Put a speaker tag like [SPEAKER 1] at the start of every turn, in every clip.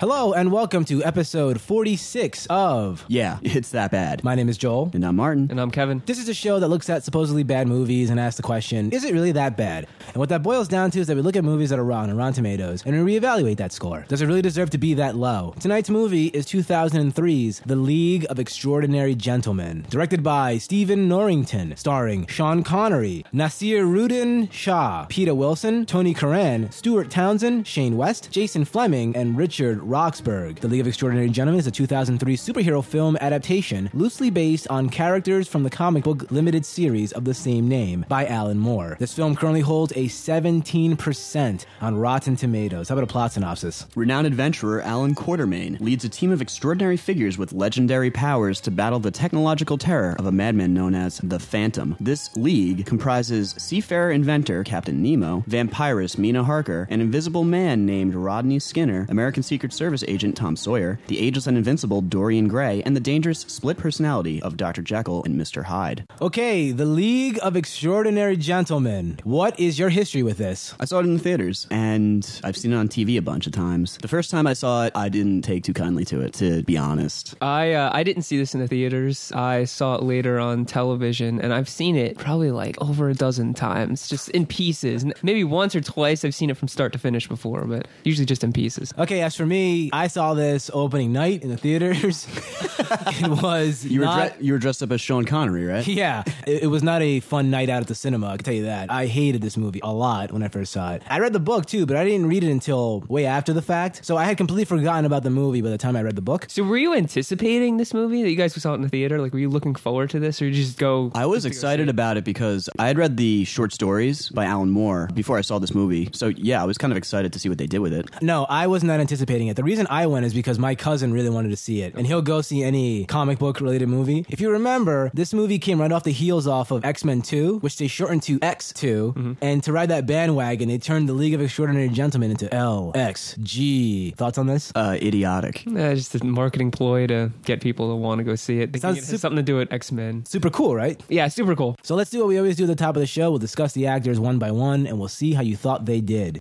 [SPEAKER 1] Hello and welcome to episode 46 of
[SPEAKER 2] Yeah, it's that bad.
[SPEAKER 1] My Name is Joel.
[SPEAKER 2] And I'm Martin.
[SPEAKER 3] And I'm Kevin.
[SPEAKER 1] This is a show that looks at supposedly bad movies and asks the question, is it really that bad? And what that boils down to is that we look at movies that are raw on Rotten Tomatoes and we reevaluate that score. Does it really deserve to be that low? Tonight's movie is 2003's The League of Extraordinary Gentlemen, directed by Stephen Norrington, starring Sean Connery, Nasir Rudin Shah, Peter Wilson, Tony Curran, Stuart Townsend, Shane West, Jason Fleming, and Richard Roxburgh. The League of Extraordinary Gentlemen is a 2003 superhero film adaptation loosely based on characters from the comic book limited series of the same name by Alan Moore. This film currently holds a 17% on Rotten Tomatoes. How about a plot synopsis?
[SPEAKER 2] Renowned adventurer Alan Quartermain leads a team of extraordinary figures with legendary powers to battle the technological terror of a madman known as the Phantom. This league comprises seafarer inventor Captain Nemo, vampirist Mina Harker, an invisible man named Rodney Skinner, American Secret Service agent Tom Sawyer, the ageless and invincible Dorian Gray, and the dangerous split personality of Dr. Jekyll and Mr. Hyde.
[SPEAKER 1] Okay, The League of Extraordinary Gentlemen. What is your history with this?
[SPEAKER 2] I saw it in the theaters, and I've seen it on TV a bunch of times. The first time I saw it, I didn't take too kindly to it, to be honest.
[SPEAKER 3] I uh, I didn't see this in the theaters. I saw it later on television, and I've seen it probably like over a dozen times, just in pieces. N- Maybe once or twice I've seen it from start to finish before, but usually just in pieces.
[SPEAKER 1] Okay, as for me, I saw this opening night in the theaters. it was
[SPEAKER 2] You were,
[SPEAKER 1] not,
[SPEAKER 2] dre- you were dressed up as Sean Connery, right?
[SPEAKER 1] yeah, it, it was not a fun night out at the cinema. I can tell you that. I hated this movie a lot when I first saw it. I read the book too, but I didn't read it until way after the fact, so I had completely forgotten about the movie by the time I read the book.
[SPEAKER 3] So were you anticipating this movie that you guys saw it in the theater? Like, were you looking forward to this, or you just go?
[SPEAKER 2] I was excited about it because I had read the short stories by Alan Moore before I saw this movie. So, yeah, I was kind of excited to see what they did with it.
[SPEAKER 1] No, I was not anticipating it. The reason I went is because my cousin really wanted to see it, and he'll go see any comic book related movie. If you remember, this movie came right off the heels off of X Men 2, which they shortened to X2, and to ride that bandwagon, they turned the League of Extraordinary Gentlemen into LXG. Thoughts on this?
[SPEAKER 2] Uh, idiotic.
[SPEAKER 3] Nah, just a marketing ploy to get people to want to go see it. Thinking
[SPEAKER 1] Sounds
[SPEAKER 3] it has
[SPEAKER 1] sup-
[SPEAKER 3] something to do with X Men.
[SPEAKER 1] Super cool, right?
[SPEAKER 3] Yeah, super cool.
[SPEAKER 1] So let's do what we always do at the top of the show. We'll discuss the actors one by one, and we'll see how you thought they did.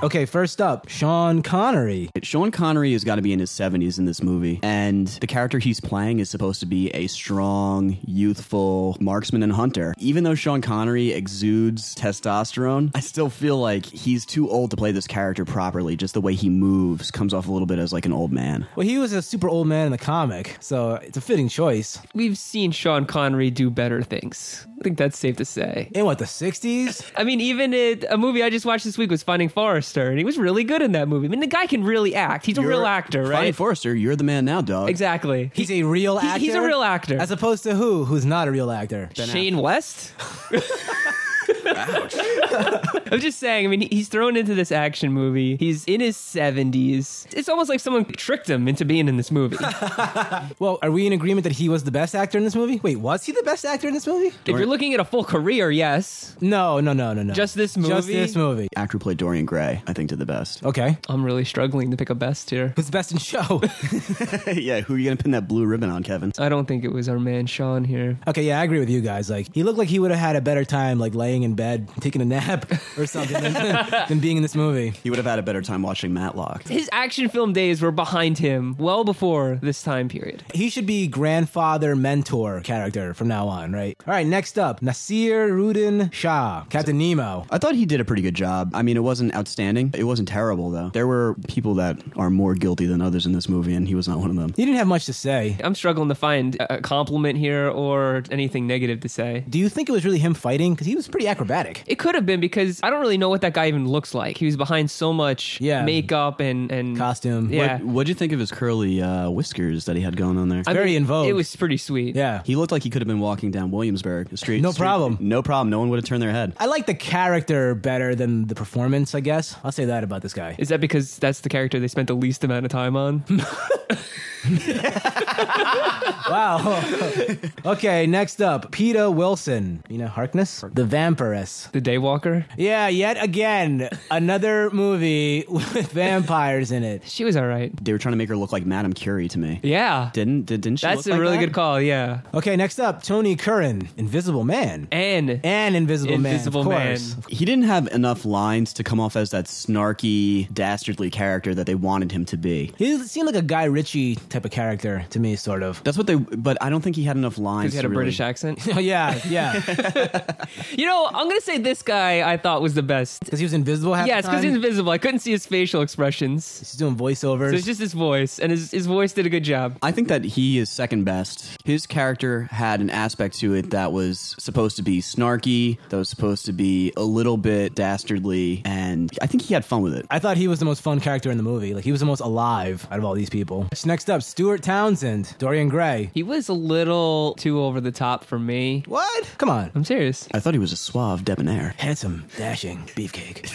[SPEAKER 1] Okay, first up, Sean Connery.
[SPEAKER 2] Sean Connery has got to be in his 70s in this movie, and the character he's playing is supposed to be a strong, youthful marksman and hunter. Even though Sean Connery exudes testosterone, I still feel like he's too old to play this character properly. Just the way he moves comes off a little bit as like an old man.
[SPEAKER 1] Well, he was a super old man in the comic, so it's a fitting choice.
[SPEAKER 3] We've seen Sean Connery do better things. I think that's safe to say.
[SPEAKER 1] In what, the 60s?
[SPEAKER 3] I mean, even it, a movie I just watched this week was Finding Forrester, and he was really good in that movie. I mean, the guy can really act. He's a real actor,
[SPEAKER 2] Finding
[SPEAKER 3] right?
[SPEAKER 2] Forrester, you're the man now, dog.
[SPEAKER 3] exactly.
[SPEAKER 1] He's a real
[SPEAKER 3] He-
[SPEAKER 1] actor.
[SPEAKER 3] he's a real actor.
[SPEAKER 1] As opposed to who? Who's not a real actor?
[SPEAKER 3] Shane West. I'm just saying. I mean, he- he's thrown into this action movie. He's in his 70s. It's almost like someone tricked him into being in this movie. if
[SPEAKER 1] Well, are we in agreement that he was the best actor in this movie? Wait, was he the best actor in this movie?
[SPEAKER 3] you're looking at a full career, yes.
[SPEAKER 1] No, no, no, no, no.
[SPEAKER 3] Just this
[SPEAKER 1] Just
[SPEAKER 3] movie?
[SPEAKER 1] this movie.
[SPEAKER 2] Actor who played Dorian Gray, I think, did the best.
[SPEAKER 1] Okay.
[SPEAKER 3] I'm really struggling to pick a best here.
[SPEAKER 1] Who's best in show?
[SPEAKER 2] yeah, who are you going to pin that blue ribbon on, Kevin?
[SPEAKER 3] I don't think it was our man Sean here.
[SPEAKER 1] Okay, yeah, I agree with you guys. Like, he looked like he would have had a better time, like laying in bed, taking a nap or something, than, than being in this movie.
[SPEAKER 2] He would have had a better time watching Matlock.
[SPEAKER 3] His action film days were behind him well before this time period.
[SPEAKER 1] He should be grandfather mentor character from now on, right? All right, next up, Nasir Rudin Shah, Captain Nemo.
[SPEAKER 2] I thought he did a pretty good job. I mean, it wasn't outstanding. It wasn't terrible, though. There were people that are more guilty than others in this movie, and he was not one of them.
[SPEAKER 1] He didn't have much to say.
[SPEAKER 3] I'm struggling to find a a compliment here or anything negative to say.
[SPEAKER 1] Do you think it was really him fighting? Because he was pretty acrobatic.
[SPEAKER 3] It could have been because I don't really know what that guy even looks like. He was behind so much
[SPEAKER 1] Yeah.
[SPEAKER 3] makeup and, and
[SPEAKER 1] Costume.
[SPEAKER 3] Yeah.
[SPEAKER 2] What, what'd you think of his curly uh, whiskers that he had going on there?
[SPEAKER 3] I
[SPEAKER 1] very in vogue.
[SPEAKER 3] It was pretty sweet.
[SPEAKER 1] Yeah.
[SPEAKER 2] he looked like he could have been walking down Williamsburg Street.
[SPEAKER 1] No
[SPEAKER 2] street-
[SPEAKER 1] problem.
[SPEAKER 2] No problem. No one would have turned their head.
[SPEAKER 1] I like the character better than the performance, I guess. I'll say that about this guy.
[SPEAKER 3] Is that because that's the character they spent the least amount of time on?
[SPEAKER 1] Wow. okay, next up, Peta Wilson. You know Harkness? The Vampiress.
[SPEAKER 3] The Daywalker.
[SPEAKER 1] Yeah, yet again, another movie with vampires in it.
[SPEAKER 3] She was all right.
[SPEAKER 2] They were trying to make her look like Madame Curie to me.
[SPEAKER 3] Yeah.
[SPEAKER 2] Didn't did, didn't she?
[SPEAKER 3] That's
[SPEAKER 2] look
[SPEAKER 3] a
[SPEAKER 2] like
[SPEAKER 3] really
[SPEAKER 2] that?
[SPEAKER 3] good call. Yeah.
[SPEAKER 1] Okay, next up, Tony Curran, Invisible Man.
[SPEAKER 3] And
[SPEAKER 1] And Invisible,
[SPEAKER 3] Invisible
[SPEAKER 1] Man.
[SPEAKER 3] Man.
[SPEAKER 1] Of course.
[SPEAKER 2] He didn't have enough lines to come off as that snarky, dastardly character that they wanted him to be.
[SPEAKER 1] He seemed like a Guy Ritchie type of character to me, sort of.
[SPEAKER 2] That's what they. But I don't think he had enough lines.
[SPEAKER 3] he had
[SPEAKER 2] to
[SPEAKER 3] a
[SPEAKER 2] really-
[SPEAKER 3] British accent.
[SPEAKER 1] Oh, yeah, yeah. Because
[SPEAKER 3] you know, I'm gonna say this guy I thought was the best.
[SPEAKER 1] he was invisible half
[SPEAKER 3] Yeah,
[SPEAKER 1] the
[SPEAKER 3] it's
[SPEAKER 1] time.
[SPEAKER 3] because he's invisible. I couldn't see his facial expressions.
[SPEAKER 1] He's doing voiceovers.
[SPEAKER 3] So it's just his voice, and his, his voice did a good job.
[SPEAKER 2] I think that he is second best. His character had an aspect to it that was supposed to be snarky, that was supposed to be a little bit dastardly, and I think he had fun with it.
[SPEAKER 1] I thought he was the most fun character in the movie. Like he was the most alive out of all these people. Next up, Stuart Townsend, Dorian Gray.
[SPEAKER 3] He was a little too over the top for me.
[SPEAKER 1] What? Come on.
[SPEAKER 3] I'm serious.
[SPEAKER 2] I thought he was a suave debonair.
[SPEAKER 1] Handsome, dashing, beefcake.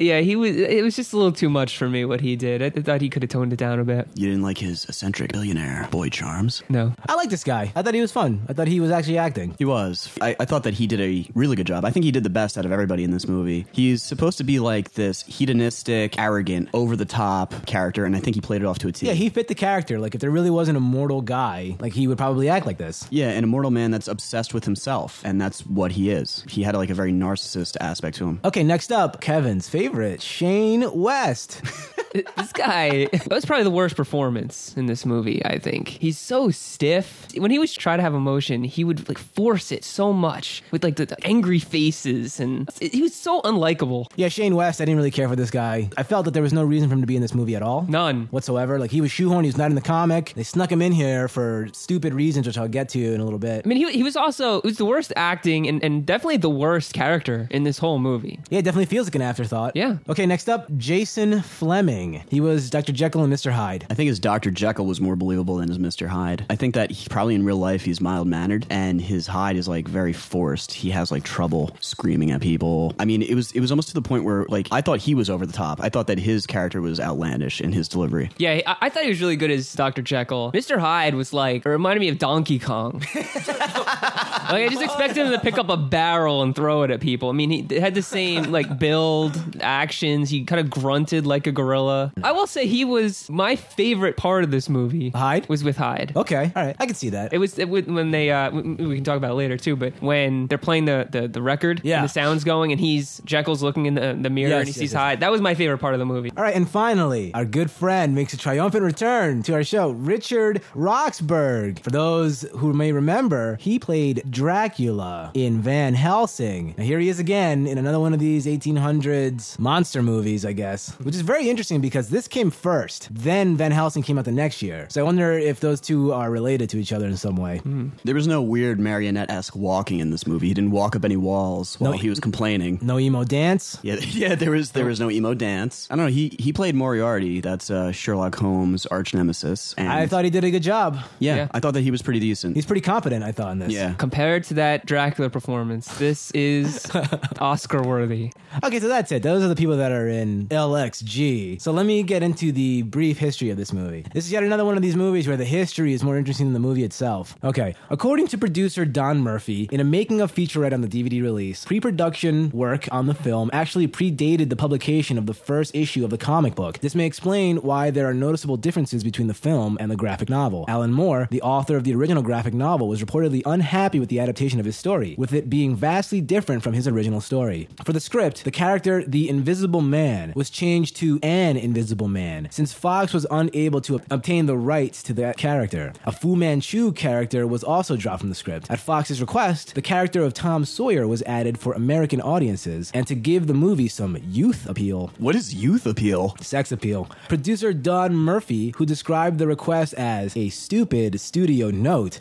[SPEAKER 3] Yeah, he was. It was just a little too much for me what he did. I thought he could have toned it down a bit.
[SPEAKER 2] You didn't like his eccentric billionaire boy charms?
[SPEAKER 3] No,
[SPEAKER 1] I like this guy. I thought he was fun. I thought he was actually acting.
[SPEAKER 2] He was. I, I thought that he did a really good job. I think he did the best out of everybody in this movie. He's supposed to be like this hedonistic, arrogant, over the top character, and I think he played it off to a T.
[SPEAKER 1] Yeah, he fit the character. Like if there really was an immortal guy, like he would probably act like this.
[SPEAKER 2] Yeah, an immortal man that's obsessed with himself, and that's what he is. He had like a very narcissist aspect to him.
[SPEAKER 1] Okay, next up, Kevin's favorite, Shane West.
[SPEAKER 3] this guy. That was probably the worst performance in this movie. I think he's so stiff. When he was try to have emotion, he would like force it so much with like the, the angry faces, and he was so unlikable.
[SPEAKER 1] yeah, Shane West, I didn't really care for this guy. I felt that there was no reason for him to be in this movie at all.
[SPEAKER 3] None.
[SPEAKER 1] Whatsoever. Like he was shoehorned, he was not in the comic. They snuck him in here for stupid reasons, which I'll get to in a little bit.
[SPEAKER 3] I mean, he, he was also it was the worst acting and, and definitely the worst character in this whole movie.
[SPEAKER 1] Yeah, it definitely feels like an afterthought.
[SPEAKER 3] Yeah.
[SPEAKER 1] Okay, next up, Jason Fleming. He was Dr. Jekyll and Mr. Hyde.
[SPEAKER 2] I think his Dr. Jekyll was more believable than his Mr. Hyde. I think that he, probably in real life he's mild mannered, and his Hyde is like very forced. He has like trouble screaming at people. I mean, it was it was almost to the point where like I thought he was over the top. I thought that his character was outlandish in his delivery.
[SPEAKER 3] Yeah, I, I thought he was really good as Dr. Jekyll. Mr. Hyde was like, it reminded me of Donkey Kong. like, I just expected him to pick up a barrel and throw it at people. I mean, he had the same, like, build, actions. He kind of grunted like a gorilla. I will say he was my favorite part of this movie.
[SPEAKER 1] Hyde?
[SPEAKER 3] Was with Hyde.
[SPEAKER 1] Okay, all right, I can see that.
[SPEAKER 3] It was it, was- when they uh, we, we can talk about it later too, but when they're playing the the, the record,
[SPEAKER 1] Yeah.
[SPEAKER 3] and the sounds going, and he's Jekyll's looking in the, the mirror
[SPEAKER 1] Yes,
[SPEAKER 3] and he
[SPEAKER 1] yes,
[SPEAKER 3] sees
[SPEAKER 1] yes.
[SPEAKER 3] Hyde. That was my favorite part of the movie.
[SPEAKER 1] all right, and finally, our good friend makes a triumphant return to our show, Richard Roxburgh. For those who may remember, he played Dracula in Van Helsing. Now, here he is again in another one of these 1800s monster movies, I guess, which is very interesting because this came first, then Van Helsing came out the next year. So I wonder if those two are related to each other in some way.
[SPEAKER 2] There was no weird marionette esque walking in this movie. He didn't walk up any walls while
[SPEAKER 1] No.
[SPEAKER 2] he was complaining.
[SPEAKER 1] No emo dance?
[SPEAKER 2] Yeah, yeah, there was
[SPEAKER 1] Oh.
[SPEAKER 2] there was no emo dance. I don't know. He he played Moriarty. That's uh, Sherlock Holmes' arch nemesis. And
[SPEAKER 1] I thought he did a good job.
[SPEAKER 2] yeah,
[SPEAKER 3] Yeah.
[SPEAKER 2] I thought that he was pretty decent.
[SPEAKER 1] He's pretty competent, I thought, in this.
[SPEAKER 2] yeah,
[SPEAKER 3] Compared to that Dracula performance, this is Oscar worthy.
[SPEAKER 1] Okay, so that's it. Those are the people that are in LXG. So let me get into the brief history of this movie. This is yet another one of these movies where the history is more interesting than the movie itself. Okay, according to producer Don Murphy, in a making of featurette on the DVD release, pre production work on the film actually predated the publication of the first issue of the comic book. This may explain why there are noticeable differences between the film and the graphic novel. Alan Moore, the author of the original graphic novel, was reportedly unhappy with the adaptation of his story, with it being vastly different from his original story. For the script, the character The Invisible Man was changed to An Invisible Man, since Fox was unable to ob- obtain the rights to that character. A Fu Manchu character was also dropped from the script. At Fox's request, the character of Tom Sawyer was added for American audiences and to give the movie some youth appeal
[SPEAKER 2] What is youth appeal?
[SPEAKER 1] sex appeal. Producer Don Murphy, who described the request as a stupid studio note.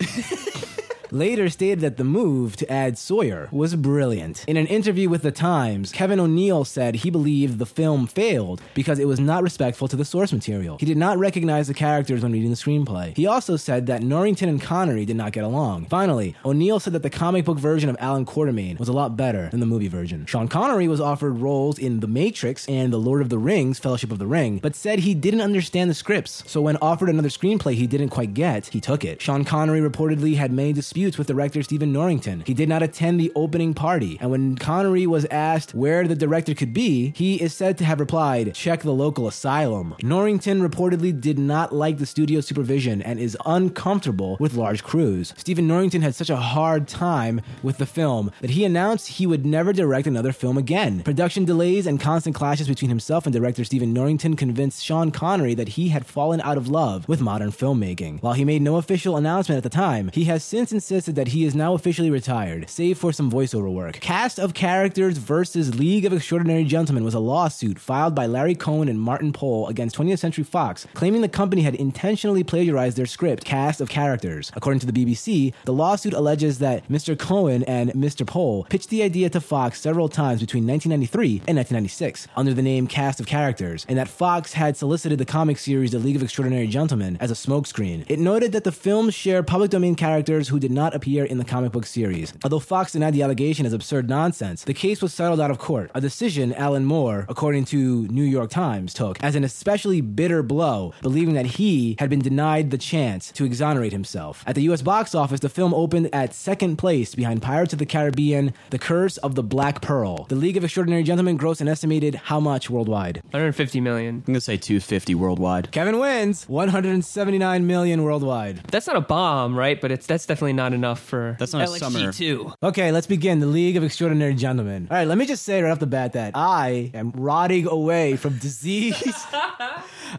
[SPEAKER 1] later stated that the move to add Sawyer was brilliant. In an interview with The Times, Kevin O'Neill said he believed the film failed because it was not respectful to the source material. He did not recognize the characters when reading the screenplay. He also said that Norrington and Connery did not get along. Finally, O'Neill said that the comic book version of Alan Quartermain was a lot better than the movie version. Sean Connery was offered roles in The Matrix and The Lord of the Rings, Fellowship of the Ring, but said he didn't understand the scripts. So when offered another screenplay he didn't quite get, he took it. Sean Connery reportedly had many disputes with director Stephen Norrington. He did not attend the opening party, and when Connery was asked where the director could be, he is said to have replied, check the local asylum. Norrington reportedly did not like the studio supervision and is uncomfortable with large crews. Stephen Norrington had such a hard time with the film that he announced he would never direct another film again. Production delays and constant clashes between himself and director Stephen Norrington convinced Sean Connery that he had fallen out of love with modern filmmaking. While he made no official announcement at the time, he has since insisted that he is now officially retired, save for some voiceover work. Cast of Characters versus League of Extraordinary Gentlemen was a lawsuit filed by Larry Cohen and Martin Pohl against 20th Century Fox, claiming the company had intentionally plagiarized their script, Cast of Characters. According to the BBC, the lawsuit alleges that Mr. Cohen and Mr. Pohl pitched the idea to Fox several times between 1993 and 1996 under the name Cast of Characters, and that Fox had solicited the comic series The League of Extraordinary Gentlemen as a smokescreen. It noted that the films share public domain characters who did not appear in the comic book series. Although Fox denied the allegation as absurd nonsense, the case was settled out of court, a decision Alan Moore, according to New York Times, took as an especially bitter blow, believing that he had been denied the chance to exonerate himself. At the U.S. box office, the film opened at second place behind Pirates of the Caribbean, The Curse of the Black Pearl. The League of Extraordinary Gentlemen grossed an estimated how much worldwide?
[SPEAKER 3] 150 million.
[SPEAKER 2] I'm gonna say 250 worldwide.
[SPEAKER 1] Kevin wins 179 million worldwide.
[SPEAKER 3] That's not a bomb, right? But it's that's definitely not enough for
[SPEAKER 2] That's not a
[SPEAKER 3] LXG
[SPEAKER 2] summer.
[SPEAKER 3] Two.
[SPEAKER 1] Okay, let's begin. The League of Extraordinary Gentlemen. All right, let me just say right off the bat that I am rotting away from disease.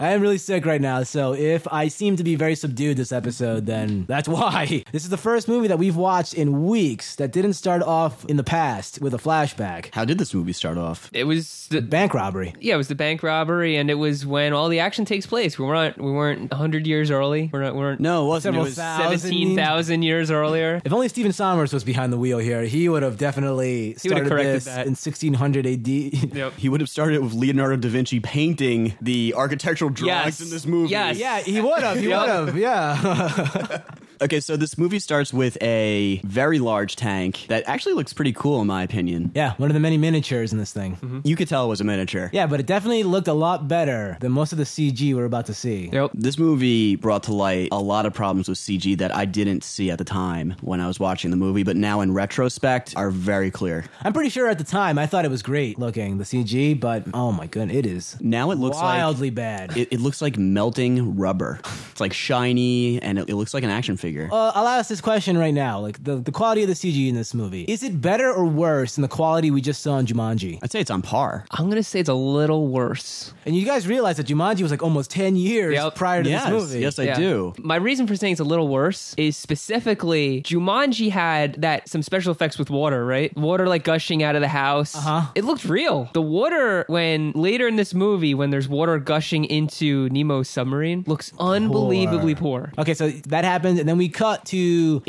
[SPEAKER 1] I am really sick right now, so if I seem to be very subdued this episode, then that's why. This is the first movie that we've watched in weeks that didn't start off in the past with a flashback.
[SPEAKER 2] How did this movie start off?
[SPEAKER 3] It was the,
[SPEAKER 1] Bank robbery.
[SPEAKER 3] yeah, it was the bank robbery, and it was when all the action takes place. We weren't we weren't 100 years early. We're not we weren't
[SPEAKER 2] No, it wasn't.
[SPEAKER 1] Several
[SPEAKER 2] It was
[SPEAKER 1] thou- Thousand-
[SPEAKER 3] 17,000 years earlier.
[SPEAKER 1] If only Stephen Sommers was behind the wheel here, he would have definitely
[SPEAKER 3] would have
[SPEAKER 1] started
[SPEAKER 3] corrected
[SPEAKER 1] this
[SPEAKER 3] that.
[SPEAKER 1] in 1600 AD.
[SPEAKER 3] Yep.
[SPEAKER 2] he would have started with Leonardo da Vinci painting the architectural drawings
[SPEAKER 3] Yes.
[SPEAKER 2] in this movie.
[SPEAKER 3] Yes.
[SPEAKER 1] yeah, he would have. He
[SPEAKER 3] Yep.
[SPEAKER 1] would have. Yeah.
[SPEAKER 2] Okay, so this movie starts with a very large tank that actually looks pretty cool, in my opinion.
[SPEAKER 1] yeah, one of the many miniatures in this thing.
[SPEAKER 2] You could tell it was a miniature.
[SPEAKER 1] Yeah, but it definitely looked a lot better than most of the CG we're about to see.
[SPEAKER 3] Yep.
[SPEAKER 2] This movie brought to light a lot of problems with CG that I didn't see at the time when I was watching the movie, but now in retrospect are very clear.
[SPEAKER 1] I'm pretty sure at the time I thought it was great looking, the CG, but oh my goodness, it is
[SPEAKER 2] Now it looks like
[SPEAKER 1] wildly bad.
[SPEAKER 2] it, it looks like melting rubber. It's like shiny and it, it looks like an action figure.
[SPEAKER 1] uh, I'll ask this question right now. Like the, the quality of the CG in this movie, is it better or worse than the quality we just saw in Jumanji?
[SPEAKER 2] I'd say it's on par.
[SPEAKER 3] I'm going to say it's a little worse.
[SPEAKER 1] And you guys realize that Jumanji was like almost 10 years
[SPEAKER 3] Yep.
[SPEAKER 1] prior to
[SPEAKER 2] Yes,
[SPEAKER 1] this movie.
[SPEAKER 2] yes, I
[SPEAKER 3] Yeah.
[SPEAKER 2] do.
[SPEAKER 3] My reason for saying it's a little worse is specifically Jumanji had that some special effects with water, right? Water like gushing out of the house.
[SPEAKER 1] Uh-huh.
[SPEAKER 3] It looked real. The water when later in this movie when there's water gushing into Nemo's submarine looks unbelievably poor.
[SPEAKER 1] Okay, so that happened, and then we cut to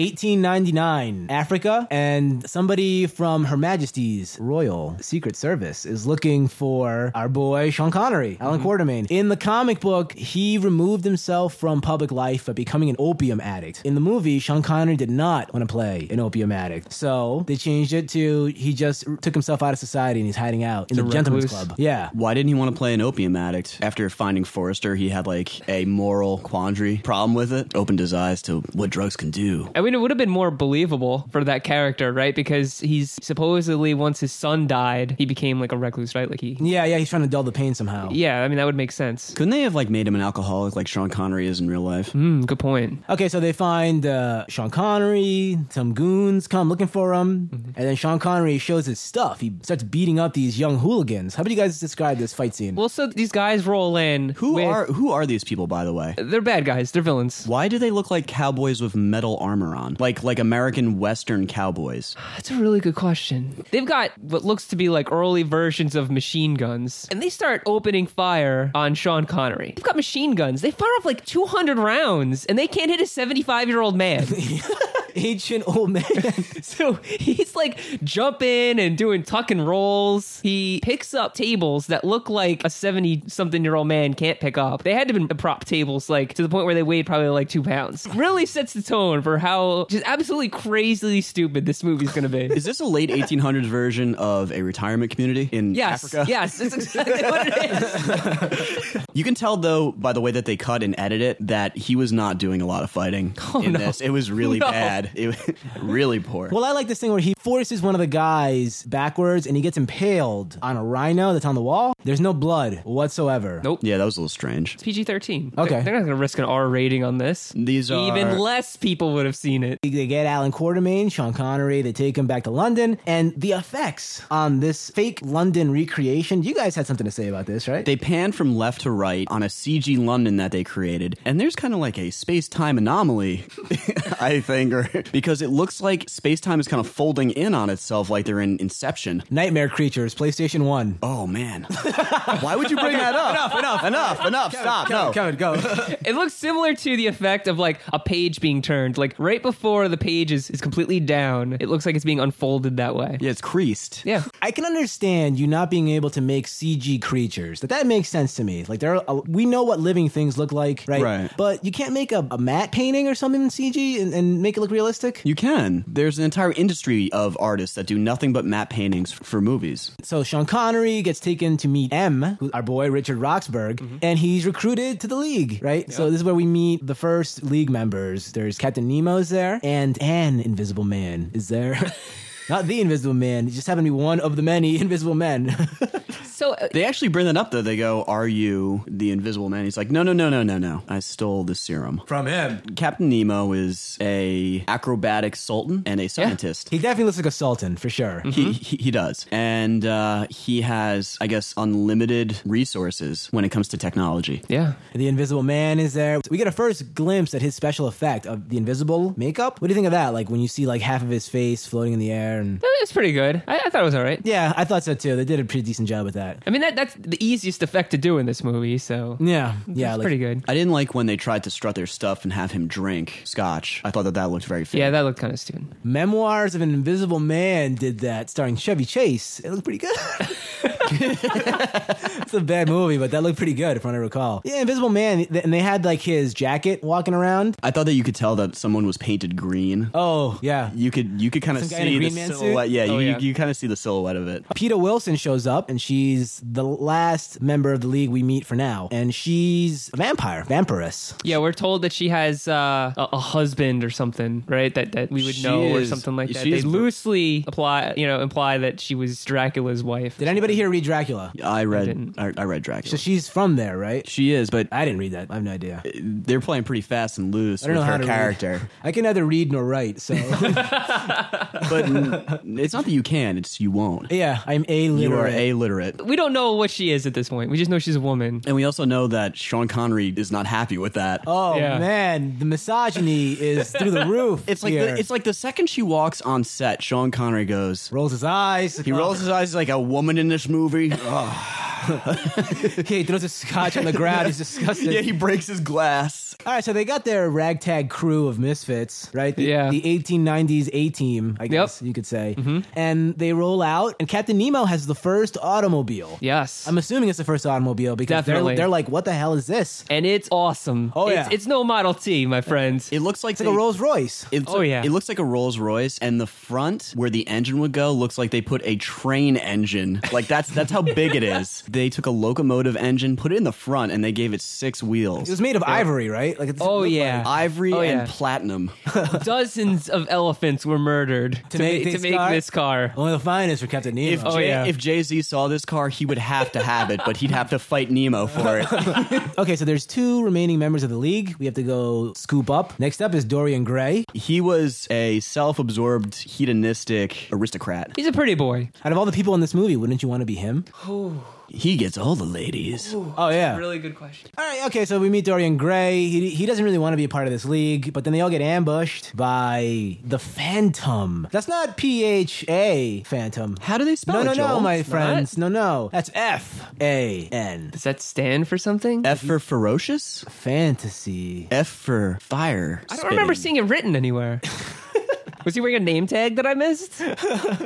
[SPEAKER 1] 1899 Africa, and somebody from Her Majesty's Royal Secret Service is looking for our boy Sean Connery, Alan
[SPEAKER 3] Mm-hmm.
[SPEAKER 1] Quartermain. In the comic book, he removed himself from public life by becoming an opium addict. In the movie, Sean Connery did not want to play an opium addict, so they changed it to he just took himself out of society and he's hiding out in the Gentleman's
[SPEAKER 3] recluse.
[SPEAKER 1] Club. Yeah.
[SPEAKER 2] Why didn't he want to play an opium addict? After finding Forrester, he had like a moral quandary problem with it. Opened his eyes to what drugs can do.
[SPEAKER 3] I mean, it would have been more believable for that character, right? Because he's supposedly once his son died, he became like a recluse, right? Like he,
[SPEAKER 1] Yeah, yeah, he's trying to dull the pain somehow.
[SPEAKER 3] yeah. I mean, that would make sense.
[SPEAKER 2] Couldn't they have like made him an alcoholic like Sean Connery is in real life?
[SPEAKER 1] Mm-hmm.
[SPEAKER 3] Hmm, good point.
[SPEAKER 1] Okay, so they find uh, Sean Connery. Some goons come looking for him,
[SPEAKER 3] Mm-hmm.
[SPEAKER 1] and then Sean Connery shows his stuff. He starts beating up these young hooligans. How would you guys describe this fight scene?
[SPEAKER 3] Well, so these guys roll in.
[SPEAKER 2] Who
[SPEAKER 3] with-
[SPEAKER 2] are who are these people by the way?
[SPEAKER 3] They're bad guys. They're villains.
[SPEAKER 2] Why do they look like cowboys with metal armor on? Like like American western cowboys.
[SPEAKER 3] That's a really good question. They've got what looks to be like early versions of machine guns, and they start opening fire on Sean Connery. They've got machine guns. They fire off like 200 rounds, and they can't hit a 75 year old man.
[SPEAKER 1] ancient old man.
[SPEAKER 3] So he's like jumping and doing tuck and rolls. He picks up tables that look like a 70 something year old man can't pick up. They had to have been prop tables, like to the point where they weighed probably like two pounds. Really sets the tone for how just absolutely crazily stupid this movie's gonna be.
[SPEAKER 2] Is this a late 1800s version of a retirement community in
[SPEAKER 3] Yes,
[SPEAKER 2] Africa?
[SPEAKER 3] yes, that's exactly what it is.
[SPEAKER 2] You can tell though by the way that they cut and edit it that he was not doing a lot of fighting in
[SPEAKER 3] Oh, no.
[SPEAKER 2] this. It was really
[SPEAKER 3] No.
[SPEAKER 2] bad. It was really poor.
[SPEAKER 1] Well, I like this thing where he forces one of the guys backwards and he gets impaled on a rhino that's on the wall. There's no blood whatsoever.
[SPEAKER 3] Nope.
[SPEAKER 2] yeah, that was a little strange.
[SPEAKER 3] PG thirteen.
[SPEAKER 1] Okay. Uh,
[SPEAKER 3] they're not gonna risk an R rating on this.
[SPEAKER 2] These are
[SPEAKER 3] Even less people would have seen it.
[SPEAKER 1] They get Alan Quartermain, Sean Connery, they take him back to London, and the effects on this fake London recreation. You guys had something to say about this, right?
[SPEAKER 2] They pan from left to right on a CG London that they created, and there's kind of like a space time anomaly, I think, or because it looks like space time is kind of folding in on itself like they're in Inception.
[SPEAKER 1] Nightmare Creatures, PlayStation 1.
[SPEAKER 2] Oh man, why would you bring that up? Enough, enough, enough, enough. Stop. no.
[SPEAKER 1] Kevin, go.
[SPEAKER 3] It looks similar to the effect of like a page being turned. Like right before the page is, is completely down, it looks like it's being unfolded that way.
[SPEAKER 2] Yeah, it's creased.
[SPEAKER 3] Yeah.
[SPEAKER 1] I can understand you not being able to make CG creatures. That that makes sense to me. Like there, are, we know what living things look like, right?
[SPEAKER 2] Right.
[SPEAKER 1] But you can't make a, a matte painting or something in CG and, and make it look realistic.
[SPEAKER 2] You can. There's an entire industry of artists that do nothing but matte paintings f- for movies.
[SPEAKER 1] So Sean Connery gets taken to meet M, who- our boy Richard Roxburgh, and he's recruited to the League, right? So this is where we meet the first League members. There's Captain Nemo's there, and an Invisible Man is there. Not the Invisible Man. He just happened to be one of the many Invisible Men.
[SPEAKER 3] So uh,
[SPEAKER 2] They actually bring that up though. They go, "Are you the Invisible Man?" He's like, "No, no, no, no, no, no. I stole the serum."
[SPEAKER 4] From him.
[SPEAKER 2] Captain Nemo is a acrobatic sultan and a scientist.
[SPEAKER 1] he definitely looks like a sultan for sure.
[SPEAKER 2] He, he he does, and uh, he has, I guess, unlimited resources when it comes to technology.
[SPEAKER 3] yeah.
[SPEAKER 1] The Invisible Man is there. We get a first glimpse at his special effect of the invisible makeup. What do you think of that? Like when you see like half of his face floating in the air and
[SPEAKER 3] It was pretty good. I, I thought it was all right.
[SPEAKER 1] yeah, I thought so too. They did a pretty decent job with that.
[SPEAKER 3] I mean, that that's the easiest effect to do in this movie. So
[SPEAKER 1] Yeah, yeah,
[SPEAKER 3] it's
[SPEAKER 1] like,
[SPEAKER 3] pretty good.
[SPEAKER 2] I didn't like when they tried to strut their stuff and have him drink scotch. I thought that that looked very fake.
[SPEAKER 3] Yeah, that looked kind of stupid.
[SPEAKER 1] Memoirs of an Invisible Man did that, starring Chevy Chase. It looked pretty good. it's a bad movie, but that looked pretty good, if I recall. Yeah, Invisible Man, th- and they had like his jacket walking around.
[SPEAKER 2] I thought that you could tell that someone was painted green.
[SPEAKER 1] Oh, yeah.
[SPEAKER 2] You could you could kind of
[SPEAKER 1] Some guy in a
[SPEAKER 2] see the
[SPEAKER 1] green man suit?
[SPEAKER 2] silhouette. Yeah,
[SPEAKER 3] Oh,
[SPEAKER 2] you,
[SPEAKER 3] yeah.
[SPEAKER 2] you, kind of see the silhouette of it.
[SPEAKER 1] Peter Wilson shows up, and she's the last member of the league we meet for now. And she's a vampire, vampiress.
[SPEAKER 3] Yeah, we're told that she has uh, a, a husband or something, right? That that we would
[SPEAKER 2] She
[SPEAKER 3] know or
[SPEAKER 2] is-
[SPEAKER 3] something like that.
[SPEAKER 2] she
[SPEAKER 3] They
[SPEAKER 2] is-
[SPEAKER 3] loosely apply, you know, imply that she was Dracula's wife.
[SPEAKER 1] Did anybody here read Dracula?
[SPEAKER 2] I read
[SPEAKER 3] didn't.
[SPEAKER 2] I, I, read Dracula.
[SPEAKER 1] So she's from there, right?
[SPEAKER 2] she is, but
[SPEAKER 1] I didn't read that. I have no idea. I
[SPEAKER 2] they're playing pretty fast and loose
[SPEAKER 1] don't
[SPEAKER 2] with
[SPEAKER 1] know how
[SPEAKER 2] her
[SPEAKER 1] to
[SPEAKER 2] character.
[SPEAKER 1] Read. I can neither read nor write, so
[SPEAKER 2] but n- it's not that you can; it's you won't.
[SPEAKER 1] yeah, I'm a
[SPEAKER 2] You are illiterate.
[SPEAKER 3] We don't know what she is at this point. We just know she's a woman.
[SPEAKER 2] And we also know that Sean Connery is not happy with that.
[SPEAKER 1] Oh
[SPEAKER 3] Yeah.
[SPEAKER 1] man, the misogyny is through the roof.
[SPEAKER 2] it's like
[SPEAKER 1] here.
[SPEAKER 2] the, it's like the second she walks on set, Sean Connery goes.
[SPEAKER 1] rolls his eyes.
[SPEAKER 2] He rolls his eyes like a woman in this movie.
[SPEAKER 1] Oh, Okay, he throws a scotch on the ground. He's disgusted.
[SPEAKER 2] yeah, he breaks his glass.
[SPEAKER 1] All right, so they got their ragtag crew of misfits, right? The,
[SPEAKER 3] Yeah. Mm-hmm.
[SPEAKER 1] The 1890s A team, I guess you could say. And they roll out, and Captain Nemo has the first automobile.
[SPEAKER 3] Yes.
[SPEAKER 1] I'm assuming it's the first automobile because they're,
[SPEAKER 3] Definitely.
[SPEAKER 1] they're like, what the hell is this?
[SPEAKER 3] and it's awesome.
[SPEAKER 1] Oh,
[SPEAKER 3] it's,
[SPEAKER 1] yeah.
[SPEAKER 3] it's no Model T, my friends.
[SPEAKER 2] It looks like
[SPEAKER 1] It's like a Rolls Royce.
[SPEAKER 2] It's
[SPEAKER 3] Oh, yeah.
[SPEAKER 2] It looks like a Rolls Royce, and the front where the engine would go looks like they put a train engine. Like that's that's how big it is. They took a locomotive engine, put it in the front, and they gave it six
[SPEAKER 1] It
[SPEAKER 2] wheels.
[SPEAKER 1] was made of ivory, right? Like, it's
[SPEAKER 3] Oh,
[SPEAKER 1] looked
[SPEAKER 3] yeah.
[SPEAKER 2] Ivory
[SPEAKER 3] Oh,
[SPEAKER 2] and
[SPEAKER 3] yeah.
[SPEAKER 2] platinum.
[SPEAKER 3] Dozens of elephants were murdered to,
[SPEAKER 1] make
[SPEAKER 3] ma-
[SPEAKER 1] this
[SPEAKER 3] to make
[SPEAKER 1] car?
[SPEAKER 3] this car.
[SPEAKER 1] like One of the finest for Captain Nemo.
[SPEAKER 2] If,
[SPEAKER 3] Oh,
[SPEAKER 2] Jay,
[SPEAKER 3] yeah.
[SPEAKER 2] if Jay Z saw this car, he would have to have it, but he'd have to fight Nemo for it.
[SPEAKER 1] Okay, so there's two remaining members of the league. We have to go scoop up. Next up is Dorian Gray.
[SPEAKER 2] he was a self-absorbed, hedonistic aristocrat.
[SPEAKER 3] He's a pretty boy.
[SPEAKER 1] Out of all the people in this movie, wouldn't you want to be him?
[SPEAKER 2] He gets all the ladies.
[SPEAKER 1] Oh yeah.
[SPEAKER 3] Really good question.
[SPEAKER 1] All right. Okay. So we meet Dorian Gray. He he doesn't really want to be a part of this league, but then they all get ambushed by the Phantom. That's not P H A Phantom.
[SPEAKER 2] How do they spell
[SPEAKER 1] No,
[SPEAKER 2] it?
[SPEAKER 1] no, no,
[SPEAKER 2] Joel?
[SPEAKER 1] my friends. No, no. That's F A N.
[SPEAKER 3] Does that stand for something? I
[SPEAKER 2] F for ferocious.
[SPEAKER 1] Fantasy.
[SPEAKER 2] F for fire.
[SPEAKER 3] I don't remember
[SPEAKER 2] spitting.
[SPEAKER 3] seeing it written anywhere. Was he wearing a name tag that I missed?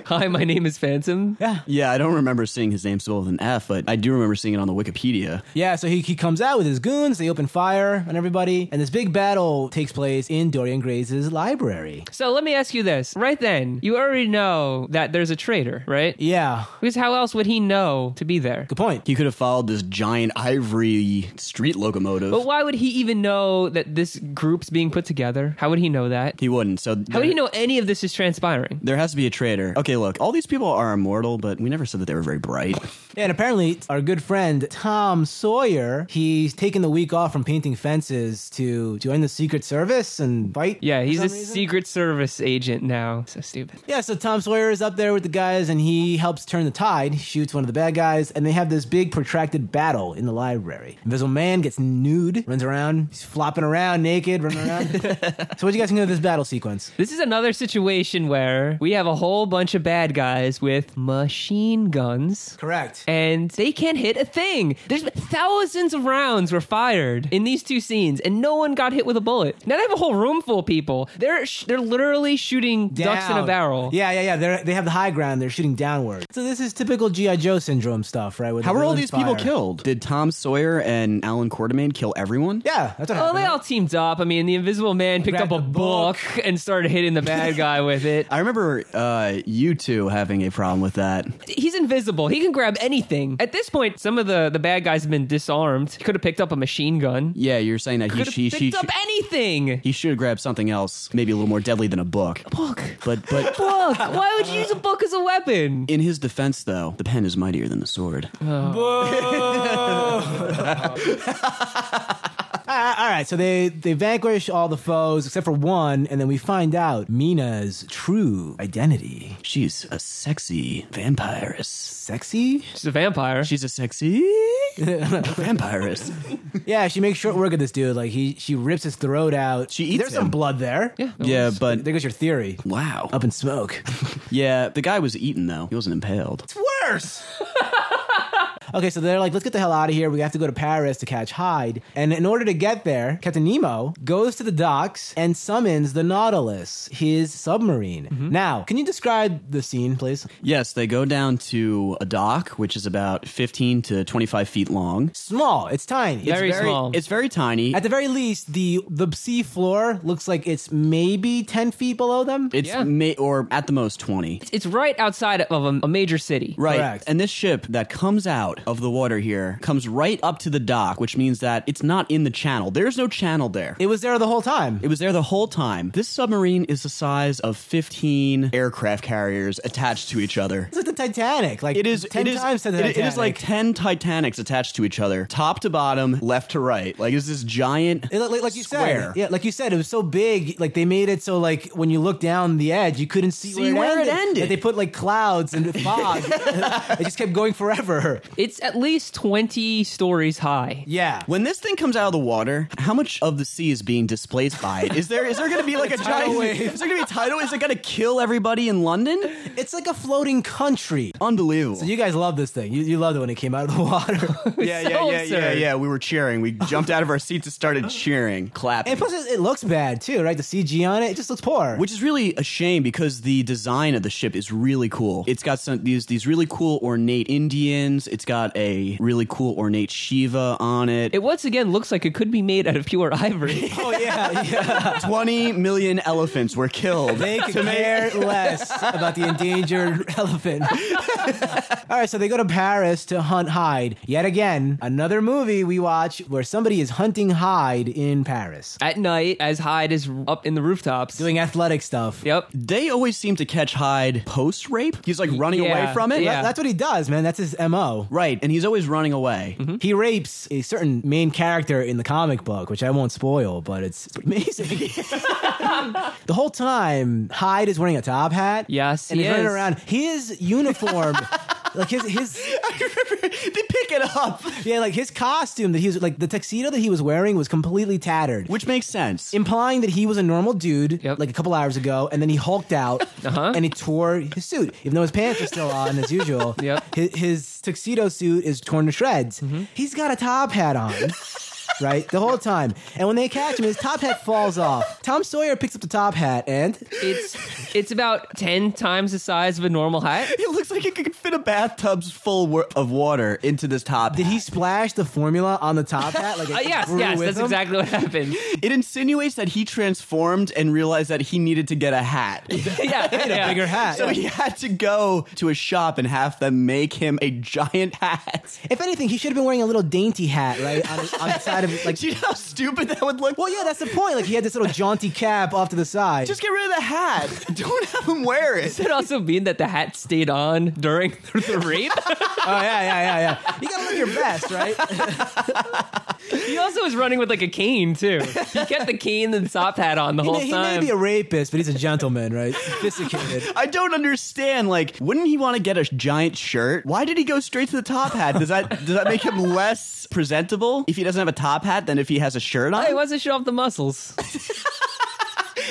[SPEAKER 3] Hi, my name is Phantom.
[SPEAKER 1] Yeah.
[SPEAKER 2] Yeah, I don't remember seeing his name spelled with an F, but I do remember seeing it on the Wikipedia.
[SPEAKER 1] Yeah, so he, he comes out with his goons, they open fire on everybody, and this big battle takes place in Dorian Gray's library.
[SPEAKER 3] So let me ask you this. Right then, you already know that there's a traitor, right?
[SPEAKER 1] Yeah,
[SPEAKER 3] Because how else would he know to be there?
[SPEAKER 1] good point.
[SPEAKER 2] He could have followed this giant ivory street locomotive.
[SPEAKER 3] But why would he even know that this group's being put together? How would he know that?
[SPEAKER 2] he wouldn't. So
[SPEAKER 3] How would he know any of this is transpiring?
[SPEAKER 2] There has to be a traitor. Okay, look, all these people are immortal, but we never said that they were very bright.
[SPEAKER 1] And apparently, our good friend Tom Sawyer, he's taken the week off from painting fences to join the Secret Service and fight.
[SPEAKER 3] Yeah,
[SPEAKER 1] for
[SPEAKER 3] he's a
[SPEAKER 1] some reason.
[SPEAKER 3] Secret Service agent now. So stupid.
[SPEAKER 1] Yeah, so Tom Sawyer is up there with the guys and he helps turn the tide, shoots one of the bad guys, and they have this big protracted battle in the library. Invisible Man gets nude, runs around, he's flopping around naked, running around. so, what do you guys think of this battle sequence?
[SPEAKER 3] This is another situation where we have a whole bunch of bad guys with machine guns.
[SPEAKER 1] Correct.
[SPEAKER 3] And they can't hit a thing. There's thousands of rounds were fired in these two scenes, and no one got hit with a bullet. Now they have a whole room full of people. They're sh- they're literally shooting ducks in a
[SPEAKER 1] Down.
[SPEAKER 3] barrel.
[SPEAKER 1] Yeah, yeah, yeah. They're, they have the high ground. They're shooting downward. So this is typical GI Joe syndrome stuff, right? With
[SPEAKER 2] How
[SPEAKER 1] the
[SPEAKER 2] were all
[SPEAKER 1] villains
[SPEAKER 2] these people
[SPEAKER 1] fire.
[SPEAKER 2] killed? Did Tom Sawyer and Alan Quartermain kill everyone?
[SPEAKER 1] Yeah, that's what
[SPEAKER 3] Oh,
[SPEAKER 1] happened.
[SPEAKER 3] they all teamed up. I mean, the Invisible Man picked up
[SPEAKER 1] Grabbed
[SPEAKER 3] a
[SPEAKER 1] the
[SPEAKER 3] book
[SPEAKER 1] book.
[SPEAKER 3] and started hitting the bad guy with it.
[SPEAKER 2] I remember uh, you two having a problem with that.
[SPEAKER 3] He's invisible. He can grab anything. At this point, some of the, the bad guys have been disarmed. He could have picked up a machine gun.
[SPEAKER 2] Yeah, you're saying that he
[SPEAKER 3] Could have
[SPEAKER 2] she,
[SPEAKER 3] picked
[SPEAKER 2] she,
[SPEAKER 3] up
[SPEAKER 2] she-
[SPEAKER 3] anything.
[SPEAKER 2] he should have grabbed something else, maybe a little more deadly than a book.
[SPEAKER 3] book.
[SPEAKER 2] But but
[SPEAKER 3] Book. Why would you use a book as a weapon?
[SPEAKER 2] in his defense, though, the pen is mightier than the sword.
[SPEAKER 1] Ah, all right, so they they vanquish all the foes except for one, and then we find out Mina's true identity.
[SPEAKER 2] She's a sexy vampirist.
[SPEAKER 1] Sexy?
[SPEAKER 3] She's a vampire.
[SPEAKER 2] She's a sexy vampirist.
[SPEAKER 1] Yeah, she makes short work of this dude. Like he, she rips his throat out.
[SPEAKER 2] She eats
[SPEAKER 1] There's
[SPEAKER 2] him.
[SPEAKER 1] some blood there.
[SPEAKER 3] yeah.
[SPEAKER 2] Yeah, but
[SPEAKER 1] There goes your theory.
[SPEAKER 2] wow. Uh,
[SPEAKER 1] Up in smoke.
[SPEAKER 2] Yeah, the guy was eaten though. He wasn't impaled.
[SPEAKER 1] it's worse. okay, so they're like, let's get the hell out of here. We have to go to Paris to catch Hyde. And in order to get there, Captain Nemo goes to the docks and summons the Nautilus, his submarine.
[SPEAKER 3] Mm-hmm.
[SPEAKER 1] Now, can you describe the scene, please?
[SPEAKER 2] Yes, they go down to a dock, which is about 15 to 25 feet long. It's
[SPEAKER 1] Small. It's tiny.
[SPEAKER 3] Very small.
[SPEAKER 2] It's very tiny.
[SPEAKER 1] At the very least, the the sea floor looks like it's maybe ten feet below them.
[SPEAKER 2] It's
[SPEAKER 3] Yeah.
[SPEAKER 2] ma- or at the most 20.
[SPEAKER 3] It's right outside of a, a major city.
[SPEAKER 2] Right.
[SPEAKER 1] Correct.
[SPEAKER 2] And this ship that comes out of the water here comes right up to the dock, which means that it's not in the channel. There's no channel there.
[SPEAKER 1] it was there the whole time.
[SPEAKER 2] It was there the whole time. This submarine is the size of 15 aircraft carriers attached to each other.
[SPEAKER 1] It's like the Titanic. Like
[SPEAKER 2] It is
[SPEAKER 1] ten
[SPEAKER 2] it is,
[SPEAKER 1] times to the
[SPEAKER 2] it-
[SPEAKER 1] Titanic.
[SPEAKER 2] it is like ten Titanics attached to each other, top to bottom, left to right. Like it's this giant
[SPEAKER 1] It- like, like you
[SPEAKER 2] square.
[SPEAKER 1] said, yeah, like you said, it was so big. Like they made it so like when you look down the edge, you couldn't see,
[SPEAKER 2] See
[SPEAKER 1] where
[SPEAKER 2] where
[SPEAKER 1] it
[SPEAKER 2] it
[SPEAKER 1] ended.
[SPEAKER 2] ended.
[SPEAKER 1] That they put like clouds and fog. it just kept going forever.
[SPEAKER 3] It's at least 20 stories high.
[SPEAKER 1] Yeah.
[SPEAKER 2] When this thing comes out of the water, how much of the sea is being displaced by it? Is there is there going to be like a
[SPEAKER 1] Tidal
[SPEAKER 2] giant?
[SPEAKER 1] wave.
[SPEAKER 2] Is there going to be a tidal? wave? Is it going to kill everybody in London?
[SPEAKER 1] It's like a floating country.
[SPEAKER 2] Unbelievable.
[SPEAKER 1] You guys love this thing. You, you loved it when it came out of the water.
[SPEAKER 2] yeah, yeah,
[SPEAKER 3] so
[SPEAKER 2] yeah, yeah,
[SPEAKER 3] absurd.
[SPEAKER 2] yeah. We were cheering. We jumped out of our seats and started cheering, clapping.
[SPEAKER 1] and plus, it, it looks bad too, right? The CG on it, it just looks poor.
[SPEAKER 2] Which is really a shame because the design of the ship is really cool. It's got some these these really cool ornate Indians. It's got a really cool ornate Shiva on it.
[SPEAKER 3] It once again looks like it could be made out of pure ivory.
[SPEAKER 1] oh yeah, yeah.
[SPEAKER 2] Twenty million elephants were killed.
[SPEAKER 1] They could care less about the endangered elephant. All right, so they go to Paris to hunt Hyde. Yet again, another movie we watch where somebody is hunting Hyde in Paris,
[SPEAKER 3] at night, as Hyde is up in the rooftops.
[SPEAKER 1] doing athletic stuff.
[SPEAKER 3] yep.
[SPEAKER 2] They always seem to catch Hyde post rape. He's like running
[SPEAKER 3] Yeah,
[SPEAKER 2] away from it.
[SPEAKER 3] yeah.
[SPEAKER 1] That's what he does, man. That's his MO.
[SPEAKER 2] Right, and he's always running away.
[SPEAKER 3] Mm-hmm.
[SPEAKER 1] He rapes a certain main character in the comic book, which I won't spoil, but it's it's amazing. the whole time, Hyde is wearing a top hat.
[SPEAKER 3] Yes,
[SPEAKER 1] and
[SPEAKER 3] he
[SPEAKER 1] he's running
[SPEAKER 3] is.
[SPEAKER 1] around. His uniform, like his his
[SPEAKER 2] they pick it up,
[SPEAKER 1] Yeah, like his costume that he was like the tuxedo that he was wearing was completely tattered.
[SPEAKER 2] which makes sense.
[SPEAKER 1] Implying that he was a normal dude
[SPEAKER 3] Yep. Uh-huh.
[SPEAKER 1] like a couple hours ago, and then he hulked out and he tore his suit, even though his pants are still on as usual.
[SPEAKER 3] Yep. Mm-hmm.
[SPEAKER 1] His, his tuxedo suit is torn to shreds. He's got a top hat on. right? The whole time. And when they catch him, his top hat falls off. Tom Sawyer picks up the top hat and
[SPEAKER 3] It's it's about ten times the size of a normal hat.
[SPEAKER 2] It looks like it could fit a bathtub's full wor- of water into this top.
[SPEAKER 1] did he splash the formula on the top hat? Like it
[SPEAKER 3] Uh, yes,
[SPEAKER 1] grew
[SPEAKER 3] yes,
[SPEAKER 1] with
[SPEAKER 3] that's
[SPEAKER 1] him?
[SPEAKER 3] exactly what happened.
[SPEAKER 2] It insinuates that he transformed and realized that he needed to get a hat.
[SPEAKER 3] yeah, yeah.
[SPEAKER 1] Bigger hat.
[SPEAKER 2] So he had to go to a shop and have them make him a giant hat.
[SPEAKER 1] if anything, he should have been wearing a little dainty hat, right? On, on the side of like
[SPEAKER 2] Do you know how stupid that would look?
[SPEAKER 1] Well, yeah, that's the point. Like he had this little jaunty cap off to the side.
[SPEAKER 2] Just get rid of the hat. Don't have him wear it.
[SPEAKER 3] Could also mean that the hat stayed on during the rape.
[SPEAKER 1] oh yeah, yeah, yeah, yeah. You gotta look your best, right?
[SPEAKER 3] he also was running with like a cane too. He kept the cane and the top hat on the
[SPEAKER 1] he
[SPEAKER 3] whole
[SPEAKER 1] may, he may
[SPEAKER 3] time.
[SPEAKER 1] be a rapist, but he's a gentleman, right? Sophisticated.
[SPEAKER 2] I don't understand. Like, wouldn't he want to get a giant shirt? Why did he go straight to the top hat? Does that does that make him less presentable if he doesn't have a top hat than if he has a shirt on?
[SPEAKER 3] Hey, what's the shit off the muscles?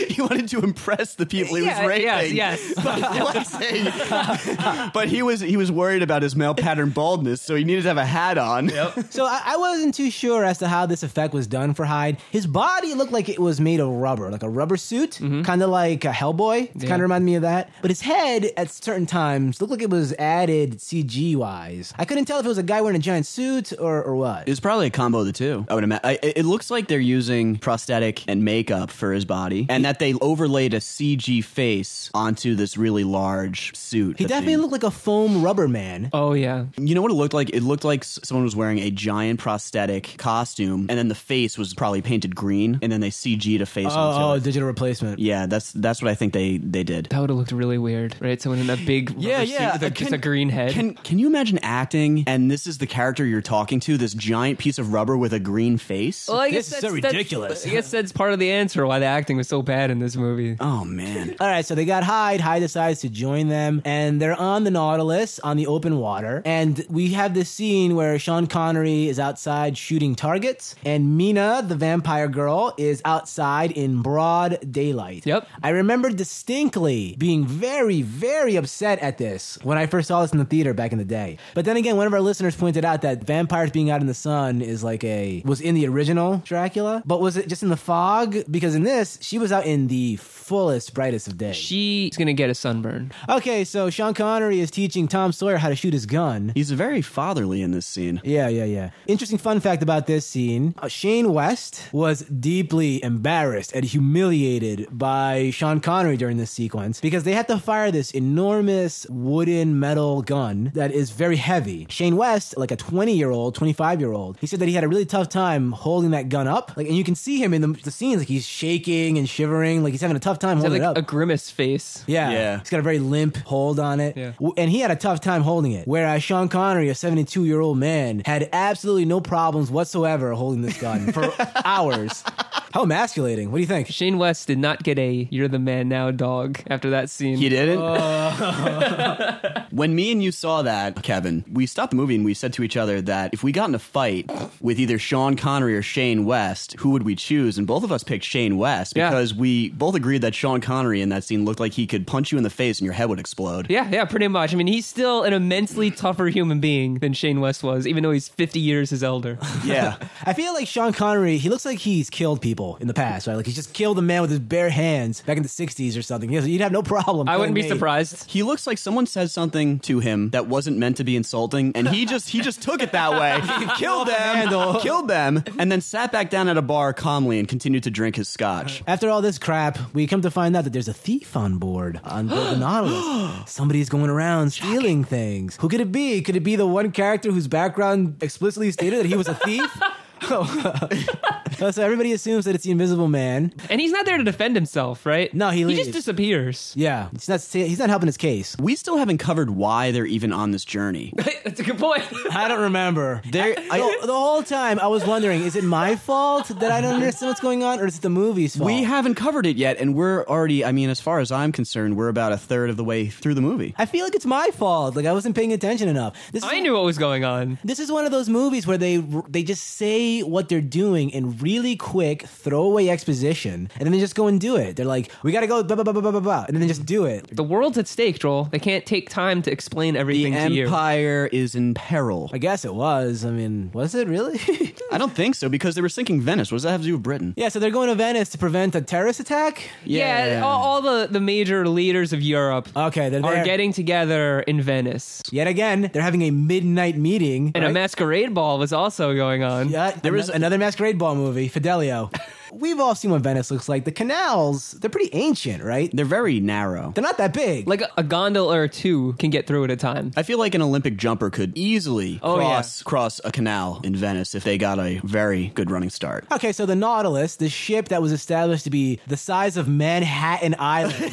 [SPEAKER 2] he wanted to impress the people he
[SPEAKER 3] Yeah,
[SPEAKER 2] was raping.
[SPEAKER 3] yes, yes.
[SPEAKER 2] By flexing. but he was he was worried about his male pattern baldness, so he needed to have a hat on.
[SPEAKER 1] So I, I wasn't too sure as to how this effect was done for Hyde. His body looked like it was made of rubber, like a rubber suit, kind of like a Hellboy. It Kind of reminded me of that. But his head at certain times looked like it was added CG wise. I couldn't tell if it was a guy wearing a giant suit or, or what.
[SPEAKER 2] It's probably a combo of the two. I would imagine. It it looks like they're using prosthetic and makeup for his body, and that they overlaid a CG face onto this really large suit.
[SPEAKER 1] He
[SPEAKER 2] that
[SPEAKER 1] definitely
[SPEAKER 2] they-
[SPEAKER 1] looked like a foam rubber man.
[SPEAKER 3] Oh yeah,
[SPEAKER 2] You know what it looked like? It looked like s- someone was wearing a giant prosthetic costume, and then the face was probably painted green, and then they CG'd a face
[SPEAKER 1] Oh,
[SPEAKER 2] onto
[SPEAKER 1] oh,
[SPEAKER 2] it.
[SPEAKER 1] digital replacement.
[SPEAKER 2] Yeah, that's that's what I think they they did.
[SPEAKER 3] that would have looked really weird, right? Someone in a big rubber
[SPEAKER 2] yeah,
[SPEAKER 3] suit
[SPEAKER 2] yeah.
[SPEAKER 3] with a,
[SPEAKER 2] Uh,
[SPEAKER 3] just a green head.
[SPEAKER 2] Can can you imagine acting and this is the character you're talking to, this giant piece of rubber with a green face?
[SPEAKER 3] well, I
[SPEAKER 1] This is so
[SPEAKER 3] that's-
[SPEAKER 1] ridiculous.
[SPEAKER 3] I guess that's part of the answer why the acting was so bad in this movie.
[SPEAKER 2] oh man.
[SPEAKER 1] All right, so they got Hyde. Hyde decides to join them, and they're on the Nautilus on the open water. And we have this scene where Sean Connery is outside shooting targets, and Mina, the vampire girl, is outside in broad daylight.
[SPEAKER 3] Yep.
[SPEAKER 1] I remember distinctly being very, very upset at this when I first saw this in the theater back in the day. But then again, one of our listeners pointed out that vampires being out in the sun is like a was in the original Dracula, but was it just in the fog? Because in this, she was out in the fullest, brightest of day.
[SPEAKER 3] She's gonna get a sunburn.
[SPEAKER 1] okay, so Sean Connery is teaching Tom Sawyer how to shoot his gun.
[SPEAKER 2] He's very fatherly in this scene.
[SPEAKER 1] Yeah, yeah, yeah. Interesting fun fact about this scene uh, Shane West was deeply embarrassed and humiliated by Sean Connery during this sequence because they had to fire this enormous wooden metal gun that is very heavy. Shane West, like a 20 year old, 25 year old, he said that he had a really tough time holding that gun up. Like, and you can see him in the, the scenes, like he's shaking and shivering, like he's having a tough time
[SPEAKER 3] They
[SPEAKER 1] holding
[SPEAKER 3] have,
[SPEAKER 1] it
[SPEAKER 3] like
[SPEAKER 1] up.
[SPEAKER 3] a grimace face.
[SPEAKER 1] Yeah.
[SPEAKER 2] Yeah.
[SPEAKER 1] He's got a very limp hold on it.
[SPEAKER 3] Yeah.
[SPEAKER 1] W- And he had a tough time holding it. Whereas Sean Connery, a 72 year old man, had absolutely no problems whatsoever holding this gun for hours. How emasculating. What do you think?
[SPEAKER 3] Shane West did not get a "You're the man now" dog after that scene.
[SPEAKER 2] He didn't?
[SPEAKER 3] Oh.
[SPEAKER 2] when me and you saw that, Kevin, we stopped the movie and we said to each other that if we got in a fight with either Sean Connery or Shane West, who would we choose? And both of us picked Shane West
[SPEAKER 3] Yeah.
[SPEAKER 2] because we both agreed that Sean Connery in that scene looked like he could punch you in the face and your head would explode.
[SPEAKER 3] Yeah, yeah, pretty much. I mean, he's still an immensely tougher human being than Shane West was, even though he's 50 years his elder.
[SPEAKER 2] yeah.
[SPEAKER 1] I feel like Sean Connery, he looks like he's killed people in the past, right? Like he's just killed a man with his bare hands back in the 60s or something. He has- You'd have no problem.
[SPEAKER 3] I wouldn't be
[SPEAKER 1] killing me.
[SPEAKER 3] surprised.
[SPEAKER 2] He looks like someone said something to him that wasn't meant to be insulting, and he just he just took it that way. killed them, killed them, and then sat back down at a bar calmly and continued to drink his scotch.
[SPEAKER 1] After all this crap, we come to find out that there's a thief on board on board the Nautilus. Somebody's going around stealing things. Who could it be? Could it be the one character whose background explicitly stated that he was a thief? Oh. so everybody assumes that it's the Invisible Man.
[SPEAKER 3] And he's not there to defend himself, right?
[SPEAKER 1] No, he
[SPEAKER 3] He
[SPEAKER 1] leaves.
[SPEAKER 3] just disappears.
[SPEAKER 1] Yeah, he's not he's not helping his case.
[SPEAKER 2] We still haven't covered why they're even on this journey.
[SPEAKER 3] That's a good point.
[SPEAKER 1] I don't remember.
[SPEAKER 2] They're,
[SPEAKER 1] The,
[SPEAKER 2] I,
[SPEAKER 1] the whole time I was wondering, is it my fault that I don't understand what's going on, or is it the movie's fault?
[SPEAKER 2] we haven't covered it yet, and we're already. I mean, as far as I'm concerned, we're about a third of the way through the movie.
[SPEAKER 1] I feel like it's my fault. Like I wasn't paying attention enough. This is
[SPEAKER 3] I knew what was going on.
[SPEAKER 1] This is one of those movies where they they just say what they're doing and really quick throwaway exposition, and then they just go and do it. They're like, "We gotta go," blah blah blah blah blah blah, and then they just do it.
[SPEAKER 3] The world's at stake, Joel. They can't take time to explain
[SPEAKER 2] The
[SPEAKER 3] everything to you.
[SPEAKER 2] empire is in peril.
[SPEAKER 1] I guess it was. I mean, was it really?
[SPEAKER 2] I don't think so because they were sinking Venice. What does that have to do with Britain?
[SPEAKER 1] yeah, so they're going to Venice to prevent a terrorist attack.
[SPEAKER 3] Yeah, All, all the, the major leaders of Europe
[SPEAKER 1] Okay, they're
[SPEAKER 3] are
[SPEAKER 1] there.
[SPEAKER 3] getting together in Venice.
[SPEAKER 1] Yet again, they're having a midnight meeting.
[SPEAKER 3] And a
[SPEAKER 1] right?
[SPEAKER 3] masquerade ball was also going on.
[SPEAKER 1] Yeah, there was another masquerade ball movie, Fidelio. We've all seen what Venice looks like. The canals, they're pretty ancient, right?
[SPEAKER 2] They're very narrow.
[SPEAKER 1] They're not that big.
[SPEAKER 3] Like a, a gondola or two can get through at a time.
[SPEAKER 2] I feel like an Olympic jumper could easily
[SPEAKER 3] Oh, yeah.
[SPEAKER 2] cross cross a canal in Venice if they got a very good running start.
[SPEAKER 1] Okay, so the Nautilus, the ship that was established to be the size of Manhattan Island.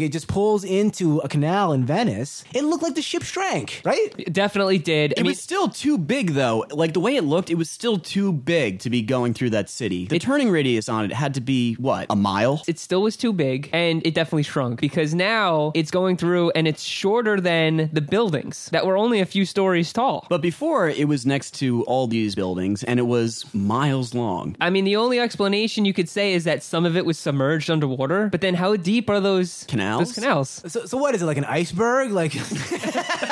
[SPEAKER 1] It just pulls into a canal in Venice. It looked like the ship shrank, right?
[SPEAKER 3] It definitely did. I
[SPEAKER 2] It
[SPEAKER 3] mean,
[SPEAKER 2] was still too big, though. Like the way it looked, it was still too big to be going through that city. The turning radius on it had to be what a mile.
[SPEAKER 3] it still was too big and it definitely shrunk because now it's going through and it's shorter than the buildings that were only a few stories tall.
[SPEAKER 2] But before, it was next to all these buildings, and it was miles long.
[SPEAKER 3] I mean, the only explanation you could say is that some of it was submerged underwater. But then, how deep are those
[SPEAKER 2] Canals?
[SPEAKER 3] Those canals.
[SPEAKER 1] So, so what is it like an iceberg? Like.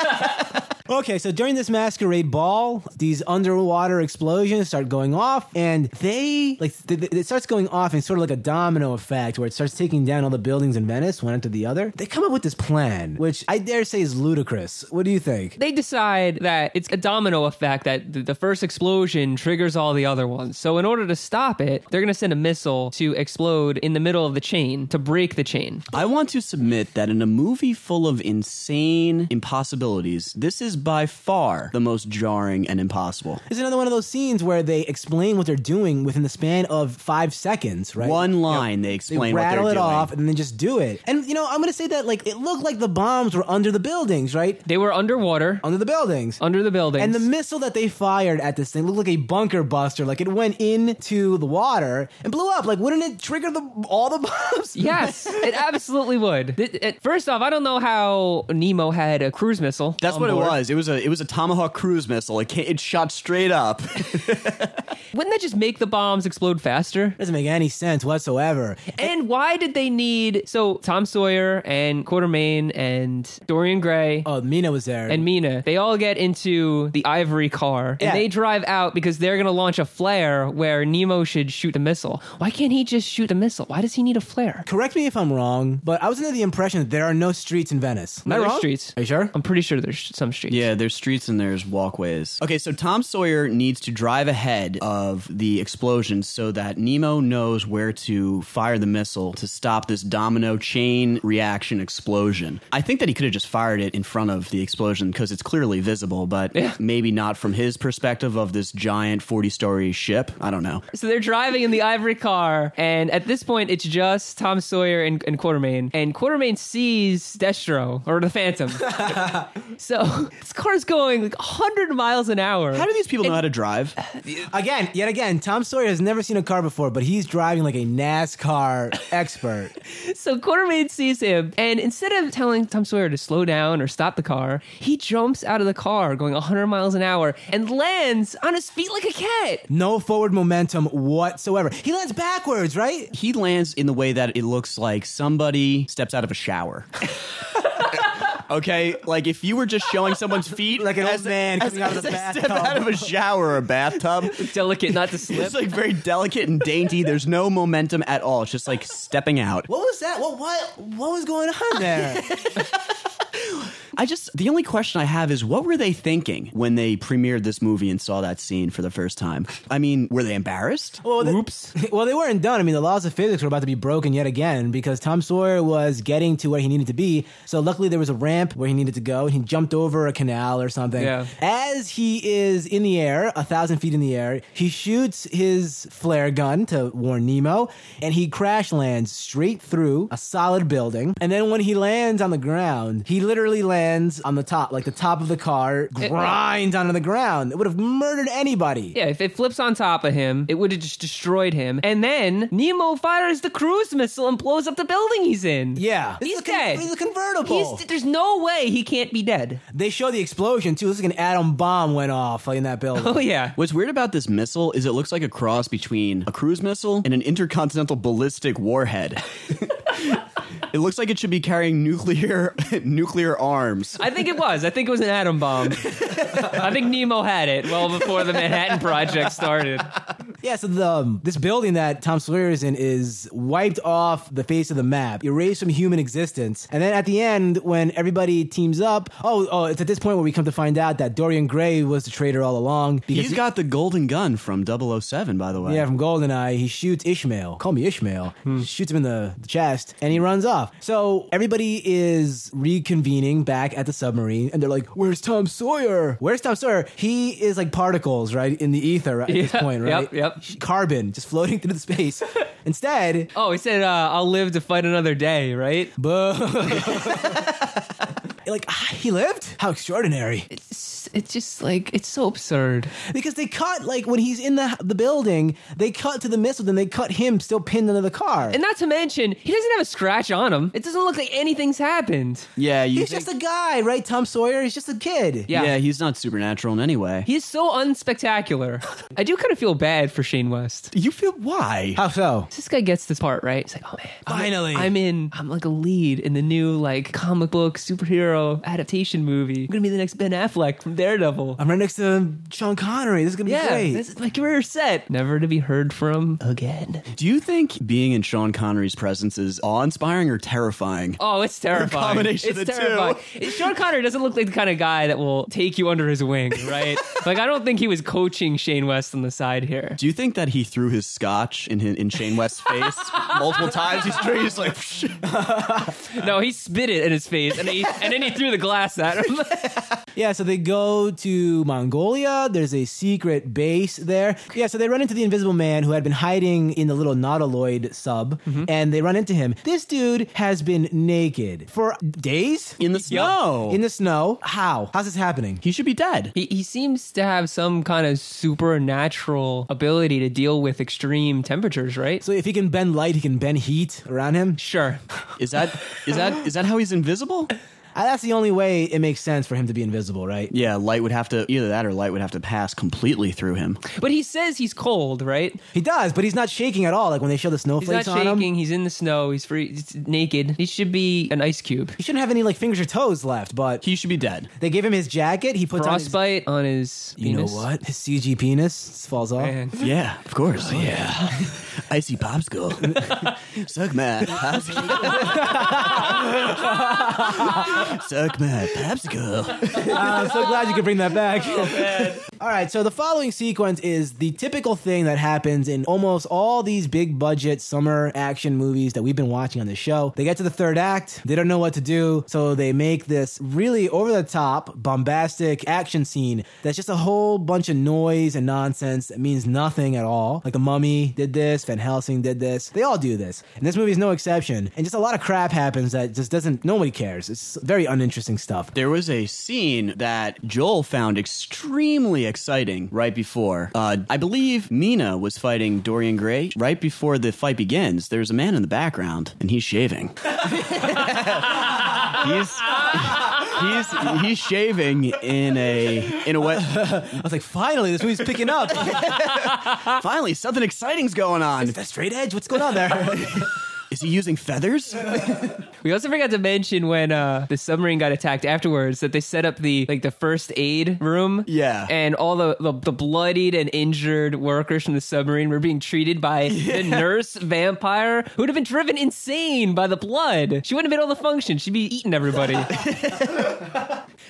[SPEAKER 1] Okay, so during this masquerade ball, these underwater explosions start going off, and they like th- th- it starts going off in sort of like a domino effect, where it starts taking down all the buildings in Venice one after the other. They come up with this plan, which I dare say is ludicrous. What do you think?
[SPEAKER 3] They decide that it's a domino effect that th- the first explosion triggers all the other ones. So, in order to stop it, they're going to send a missile to explode in the middle of the chain to break the chain.
[SPEAKER 2] I want to submit that in a movie full of insane impossibilities, this is by far the most jarring and impossible.
[SPEAKER 1] It's another one of those scenes where they explain what they're doing within the span of five seconds, right?
[SPEAKER 2] One line they
[SPEAKER 1] They
[SPEAKER 2] explain what they're
[SPEAKER 1] rattle it
[SPEAKER 2] doing.
[SPEAKER 1] off and then just do it. And you know, I'm gonna say that like it looked like the bombs were under the buildings, right?
[SPEAKER 3] They were underwater,
[SPEAKER 1] Under the buildings.
[SPEAKER 3] under the buildings.
[SPEAKER 1] And the missile that they fired at this thing looked like a bunker buster. Like it went into the water and blew up. Like wouldn't it trigger the all the bombs?
[SPEAKER 3] Yes, it absolutely would. Th- it- first off, I don't know how Nemo had a cruise missile.
[SPEAKER 2] That's
[SPEAKER 3] on
[SPEAKER 2] what
[SPEAKER 3] board.
[SPEAKER 2] it was. It was a it was a Tomahawk cruise missile. It, ca it shot straight up.
[SPEAKER 3] Wouldn't that just make the bombs explode faster?
[SPEAKER 1] Doesn't make any sense whatsoever.
[SPEAKER 3] And why did they need so Tom Sawyer and Quartermain and Dorian Gray
[SPEAKER 1] Oh, Mina was there.
[SPEAKER 3] and Mina? They all get into the ivory car and
[SPEAKER 1] Yeah.
[SPEAKER 3] they drive out because they're going to launch a flare where Nemo should shoot the missile. Why can't he just shoot the missile? Why does he need a flare?
[SPEAKER 1] correct me if I'm wrong, but I was under the impression that there are no streets in Venice. Am I
[SPEAKER 3] No, there's
[SPEAKER 1] wrong?
[SPEAKER 3] streets.
[SPEAKER 1] Are you sure?
[SPEAKER 3] I'm pretty sure there's some streets.
[SPEAKER 2] Yeah, there's streets and there's walkways. Okay, so Tom Sawyer needs to drive ahead of the explosion so that Nemo knows where to fire the missile to stop this domino chain reaction explosion. I think that he could have just fired it in front of the explosion because it's clearly visible, but maybe not from his perspective of this giant 40 story ship. I don't know.
[SPEAKER 3] So they're driving in the ivory car, and at this point, it's just Tom Sawyer and, and Quartermain. And Quartermain sees Destro or the Phantom. so this car's going like 100 miles an hour.
[SPEAKER 2] How do these people know how to drive?
[SPEAKER 1] Again, yet again, Tom Sawyer has never seen a car before, but he's driving like a NASCAR expert.
[SPEAKER 3] so Quartermain sees him, and instead of telling Tom Sawyer to slow down or stop the car, he jumps out of the car going 100 miles an hour and lands on his feet like a cat.
[SPEAKER 1] No forward momentum whatsoever. He lands backwards, right?
[SPEAKER 2] He lands in the way that it looks like somebody steps out of a shower. okay, like if you were just showing someone's feet,
[SPEAKER 1] Like an
[SPEAKER 2] as
[SPEAKER 1] old man
[SPEAKER 2] as-
[SPEAKER 1] coming out of the
[SPEAKER 2] as they
[SPEAKER 1] bathtub.
[SPEAKER 2] step out of a shower or bathtub.
[SPEAKER 3] Delicate not to slip.
[SPEAKER 2] It's like very delicate and dainty. There's no momentum at all. It's just like stepping out.
[SPEAKER 1] What was that? What what what was going on there?
[SPEAKER 2] I just the only question I have is what were they thinking when they premiered this movie and saw that scene for the first time? I mean, were they embarrassed?
[SPEAKER 1] Well, they,
[SPEAKER 3] Oops.
[SPEAKER 1] Well, they weren't done. I mean, the laws of physics were about to be broken yet again because Tom Sawyer was getting to where he needed to be. So luckily, there was a ramp where he needed to go, and he jumped over a canal or something.
[SPEAKER 3] Yeah.
[SPEAKER 1] As he is in the air, a thousand feet in the air, he shoots his flare gun to warn Nemo, and he crash lands straight through a solid building. And then when he lands on the ground, he literally lands lands on the top, like the top of the car, grinds onto the ground. It would have murdered anybody.
[SPEAKER 3] Yeah, if it flips on top of him, it would have just destroyed him. And then Nemo fires the cruise missile and blows up the building he's in.
[SPEAKER 1] Yeah. This
[SPEAKER 3] He's
[SPEAKER 1] is a con-
[SPEAKER 3] dead.
[SPEAKER 1] This is a convertible.
[SPEAKER 3] He's, there's no way he can't be dead.
[SPEAKER 1] they show the explosion too. This is like an atom bomb went off like, in that building.
[SPEAKER 3] Oh, yeah.
[SPEAKER 2] What's weird about this missile is it looks like a cross between a cruise missile and an intercontinental ballistic warhead. it looks like it should be carrying nuclear nuclear arms.
[SPEAKER 3] I think it was. I think it was an atom bomb. I think Nemo had it well before the Manhattan Project started.
[SPEAKER 1] Yeah, so the, um, this building that Tom Sawyer is in is wiped off the face of the map, erased from human existence. And then at the end, when everybody teams up, oh, oh, it's at this point where we come to find out that Dorian Gray was the traitor all along. Because
[SPEAKER 2] He's got the golden gun from 007, by the way.
[SPEAKER 1] yeah, from Goldeneye, he shoots Ishmael. Call me Ishmael.
[SPEAKER 3] Hmm.
[SPEAKER 1] Shoots him in the, the chest, and he runs off. So everybody is reconvening back at the submarine, and they're like, "Where's Tom Sawyer? Where's Tom Sawyer? He is like particles, right, in the ether right, at this
[SPEAKER 3] Yeah,
[SPEAKER 1] point, right?
[SPEAKER 3] yep, yep.
[SPEAKER 1] Carbon just floating through the space. Instead,
[SPEAKER 3] Oh, he said, uh, I'll live to fight another day, right?
[SPEAKER 1] boo. like ah, he lived. How extraordinary!
[SPEAKER 3] It's, it's just like, it's so absurd.
[SPEAKER 1] Because they cut like when he's in the the building, they cut to the missile, then they cut him still pinned under the car.
[SPEAKER 3] And not to mention, he doesn't have a scratch on him. It doesn't look like anything's happened.
[SPEAKER 2] Yeah, you
[SPEAKER 1] He's
[SPEAKER 2] think-
[SPEAKER 1] just a guy, right? Tom Sawyer. He's just a kid.
[SPEAKER 3] Yeah.
[SPEAKER 2] yeah, he's not supernatural in any way.
[SPEAKER 3] He is so unspectacular. I do kind of feel bad for Shane West.
[SPEAKER 2] you feel why?
[SPEAKER 1] How so?
[SPEAKER 3] This guy gets this part, right? It's like, oh man. I'm-
[SPEAKER 1] Finally.
[SPEAKER 3] I'm in, I'm like a lead in the new, like, comic book superhero adaptation movie. I'm gonna be the next Ben Affleck from Daredevil.
[SPEAKER 1] I'm right next to Sean Connery. This is gonna be
[SPEAKER 3] yeah,
[SPEAKER 1] great.
[SPEAKER 3] this is my career set. Never to be heard from again.
[SPEAKER 2] Do you think being in Sean Connery's presence is awe-inspiring or terrifying?
[SPEAKER 3] Oh, it's terrifying.
[SPEAKER 2] combination
[SPEAKER 3] it's
[SPEAKER 2] of the two.
[SPEAKER 3] terrifying. It- Sean Connery doesn't look like the kind of guy that will take you under his wing, right? like, I don't think he was coaching Shane West on the side here.
[SPEAKER 2] Do you think that he threw his scotch in his, in Shane West's face multiple times? He's, straight, he's like,
[SPEAKER 3] No, he spit it in his face, and, he, and then he threw the glass at him.
[SPEAKER 1] yeah, so they go to Mongolia. There's a secret base there. Yeah, so they run into the Invisible Man who had been hiding in the little Nautiloid sub,
[SPEAKER 3] Mm-hmm.
[SPEAKER 1] and they run into him. This dude has been naked for days
[SPEAKER 2] in the snow.
[SPEAKER 1] in the snow. How? How's this happening?
[SPEAKER 2] he should be dead.
[SPEAKER 3] He, he seems to have some kind of supernatural ability to deal with extreme temperatures, right?
[SPEAKER 1] So if he can bend light, he can bend heat around him.
[SPEAKER 3] Sure.
[SPEAKER 2] Is that is that is that how he's invisible?
[SPEAKER 1] Uh, That's the only way it makes sense for him to be invisible, right?
[SPEAKER 2] Yeah, light would have to either that or light would have to pass completely through him.
[SPEAKER 3] But he says he's cold, right?
[SPEAKER 1] He does, but he's not shaking at all. Like when they show the
[SPEAKER 3] He's
[SPEAKER 1] snowflakes
[SPEAKER 3] not
[SPEAKER 1] on him.
[SPEAKER 3] shaking. He's in the snow. He's free. He's naked. He should be an ice cube.
[SPEAKER 1] He shouldn't have any like fingers or toes left, but
[SPEAKER 2] He should be dead.
[SPEAKER 1] they gave him his jacket. He puts on
[SPEAKER 3] Frostbite on his.
[SPEAKER 1] his, you know
[SPEAKER 3] penis.
[SPEAKER 1] what? His CG penis falls off.
[SPEAKER 3] Man.
[SPEAKER 2] Yeah, of course. yeah. Icy popsicle. Suck my popsicle. Suck my popsicle.
[SPEAKER 1] Uh, I'm so glad you could bring that back. all right, so the following sequence is the typical thing that happens in almost all these big budget summer action movies that we've been watching on this show. They get to the third act, they don't know what to do, so they make this really over the top, bombastic action scene that's just a whole bunch of noise and nonsense that means nothing at all. Like The Mummy did this, Van Helsing did this, they all do this. And this movie is no exception. And just a lot of crap happens that just doesn't, nobody cares. It's very uninteresting stuff.
[SPEAKER 2] There was a scene that Joel found extremely exciting right before. Uh, I believe Mina was fighting Dorian Gray. Right before the fight begins, there's a man in the background and he's shaving. he's. He's he's shaving in a in a way
[SPEAKER 1] I was like, finally, this movie's picking up.
[SPEAKER 2] Finally, something exciting's going on.
[SPEAKER 1] Is that straight edge? What's going on there?
[SPEAKER 2] Is he using feathers?
[SPEAKER 3] We also forgot to mention when uh, the submarine got attacked afterwards that they set up the like the first aid room.
[SPEAKER 2] Yeah.
[SPEAKER 3] And all the the, the bloodied and injured workers from the submarine were being treated by the nurse vampire who would have been driven insane by the blood. She wouldn't have been able to function. She'd be eating everybody.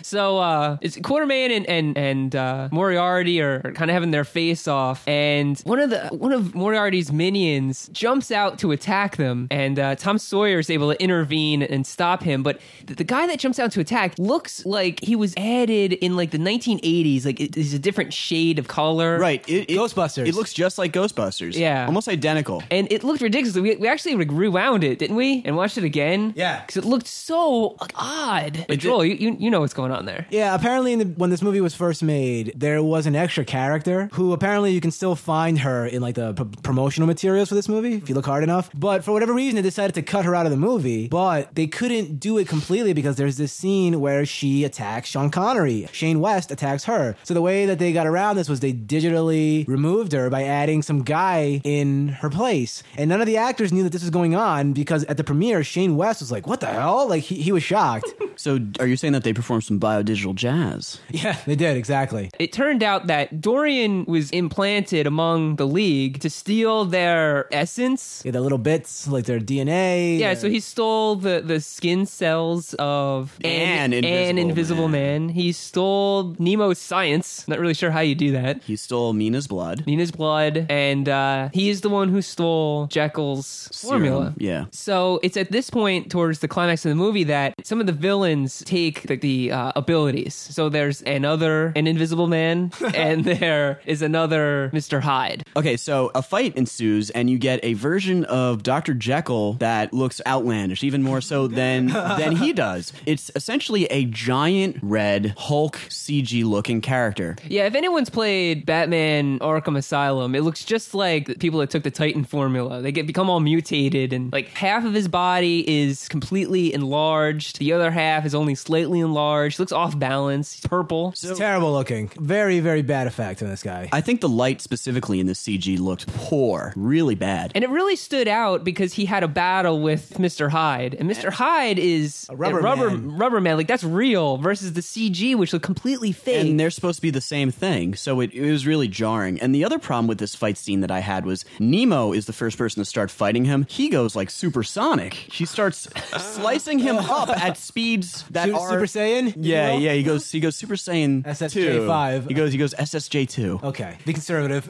[SPEAKER 3] So uh, it's Quartermain and and and uh, Moriarty are, are kind of having their face off, and one of the one of Moriarty's minions jumps out to attack them, and uh, Tom Sawyer is able to intervene and stop him. But the, the guy that jumps out to attack looks like he was added in like the 1980s. Like it, it's a different shade of color,
[SPEAKER 2] Right. It, it-
[SPEAKER 1] Ghostbusters.
[SPEAKER 2] It looks just like Ghostbusters.
[SPEAKER 3] Yeah.
[SPEAKER 2] Almost identical.
[SPEAKER 3] and it looked ridiculous. We, we actually like, rewound it, didn't we? And watched it again.
[SPEAKER 1] Yeah.
[SPEAKER 3] because it looked so like, odd. But
[SPEAKER 2] did-
[SPEAKER 3] Joel, you, you you know what's going on there.
[SPEAKER 1] Yeah, apparently in the, when this movie was first made, there was an extra character who apparently you can still find her in like the p- promotional materials for this movie if you look hard enough. But for whatever reason, they decided to cut her out of the movie. But they couldn't do it completely because there's this scene where she attacks Sean Connery. Shane West attacks her. So the way that they got around this was they digitally removed her by adding some guy in her place. And none of the actors knew that this was going on because at the premiere, Shane West was like, "What the hell?" Like he, he was shocked.
[SPEAKER 2] So are you saying that they performed some biodigital jazz?
[SPEAKER 1] yeah, they did exactly.
[SPEAKER 3] It turned out that Dorian was implanted among the League to steal their essence.
[SPEAKER 1] Yeah, the little bits, like their DNA.
[SPEAKER 3] Yeah,
[SPEAKER 1] their-
[SPEAKER 3] so he stole the, the skin cells of
[SPEAKER 2] An Invisible
[SPEAKER 3] an invisible man.
[SPEAKER 2] Man.
[SPEAKER 3] He stole Nemo's science. Not really sure how you do that.
[SPEAKER 2] He stole Mina's blood.
[SPEAKER 3] Nina's blood, and uh, he is the one who stole Jekyll's formula.
[SPEAKER 2] Serum, yeah.
[SPEAKER 3] So it's at this point, towards the climax of the movie, that some of the villains take the, the uh, abilities. So there's another an Invisible Man, and there is another Mister Hyde.
[SPEAKER 2] Okay, so a fight ensues, and you get a version of Dr. Jekyll that looks outlandish, even more so than than he does. It's essentially a giant red Hulk CG looking character.
[SPEAKER 3] Yeah, if anyone's played Batman Arkham Asylum, it looks just like the people that took the Titan formula. They get become all mutated and like half of his body is completely enlarged, the other half is only slightly enlarged, looks off balance, he's purple.
[SPEAKER 1] It's terrible looking. Very, very bad effect on this guy.
[SPEAKER 2] I think the light specifically in the CG looked poor, really bad.
[SPEAKER 3] And it really stood out because he had a battle with Mr. Hyde. And Mr. Hyde is a
[SPEAKER 1] rubber
[SPEAKER 3] rubber,
[SPEAKER 1] man.
[SPEAKER 3] rubber man. Like, that's real versus the CG, which looked completely fake.
[SPEAKER 2] and they're supposed to be the same thing. So it, it was really jarring. And the other problem with this fight scene that I had was Nemo is the first person to start fighting him. He goes like supersonic. He starts slicing him up at speeds that
[SPEAKER 1] Su-
[SPEAKER 2] are
[SPEAKER 1] Super Saiyan?
[SPEAKER 2] Yeah,
[SPEAKER 1] You know?
[SPEAKER 2] yeah. He goes he goes Super Saiyan
[SPEAKER 1] SSJ
[SPEAKER 2] 2.
[SPEAKER 1] five. Oh.
[SPEAKER 2] He goes he goes SSJ two.
[SPEAKER 1] Okay, be conservative.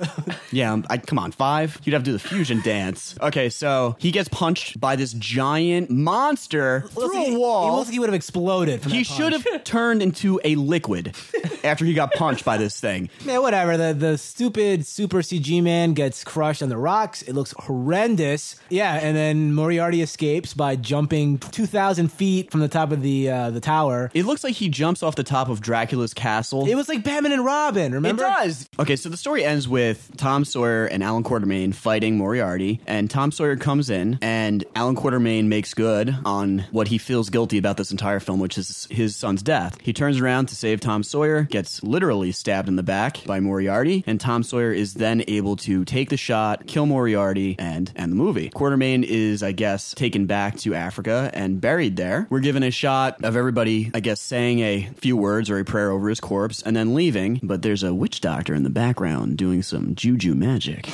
[SPEAKER 2] Yeah, I'm- I, come on, five. You'd have to do the fusion dance. Okay, so he gets punched by this giant monster through
[SPEAKER 1] He-
[SPEAKER 2] a wall.
[SPEAKER 1] He looks like he would have exploded. From
[SPEAKER 2] He
[SPEAKER 1] that punch.
[SPEAKER 2] should have turned into a liquid after he got punched by this thing.
[SPEAKER 1] Man, whatever. The the stupid super CG man gets crushed on the rocks. It looks horrendous. Yeah, and then Moriarty escapes by jumping two thousand feet from the top of the uh, the tower.
[SPEAKER 2] It looks like he jumps off the top of Dracula's castle.
[SPEAKER 1] It was like Batman and Robin. Remember?
[SPEAKER 2] does. Okay, so the story ends with Tom Sawyer and Alan Quartermain fighting Moriarty, and Tom Sawyer comes in, and Alan Quartermain makes good on what he feels guilty about this entire film, which is his son's death. He turns around to save Tom Sawyer, gets literally stabbed in the back by Moriarty, and Tom Sawyer is then able to take the shot, kill Moriarty, and end the movie. Quartermain is, I guess, taken back to Africa and buried there. We're given a shot of everybody, I guess, saying a few words or a prayer over his corpse and then leaving. But there's a witch doctor in the background doing some juju magic.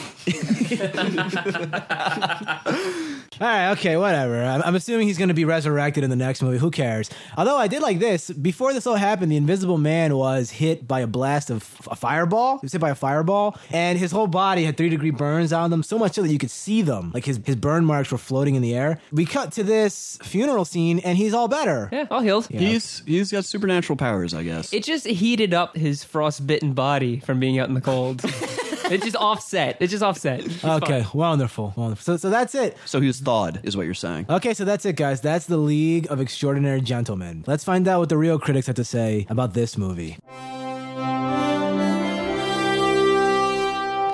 [SPEAKER 1] All right, okay, whatever. I'm, I'm assuming he's going to be resurrected in the next movie. Who cares? Although I did like this. Before this all happened, the Invisible Man was hit by a blast of f- a fireball. He was hit by a fireball, and his whole body had three degree burns on them, so much so that you could see them. Like his, his burn marks were floating in the air. We cut to this funeral scene, and he's all better.
[SPEAKER 3] yeah, all healed.
[SPEAKER 2] He's he's got supernatural powers, I guess.
[SPEAKER 3] It just heated up his frostbitten body from being out in the cold. it just offset. It just offset. It's
[SPEAKER 1] Okay,
[SPEAKER 3] fine.
[SPEAKER 1] wonderful, wonderful. So, so that's it.
[SPEAKER 2] so he was thawed, is what you're saying.
[SPEAKER 1] Okay, so that's it, guys. That's the League of Extraordinary Gentlemen. Let's find out what the real critics have to say about this movie.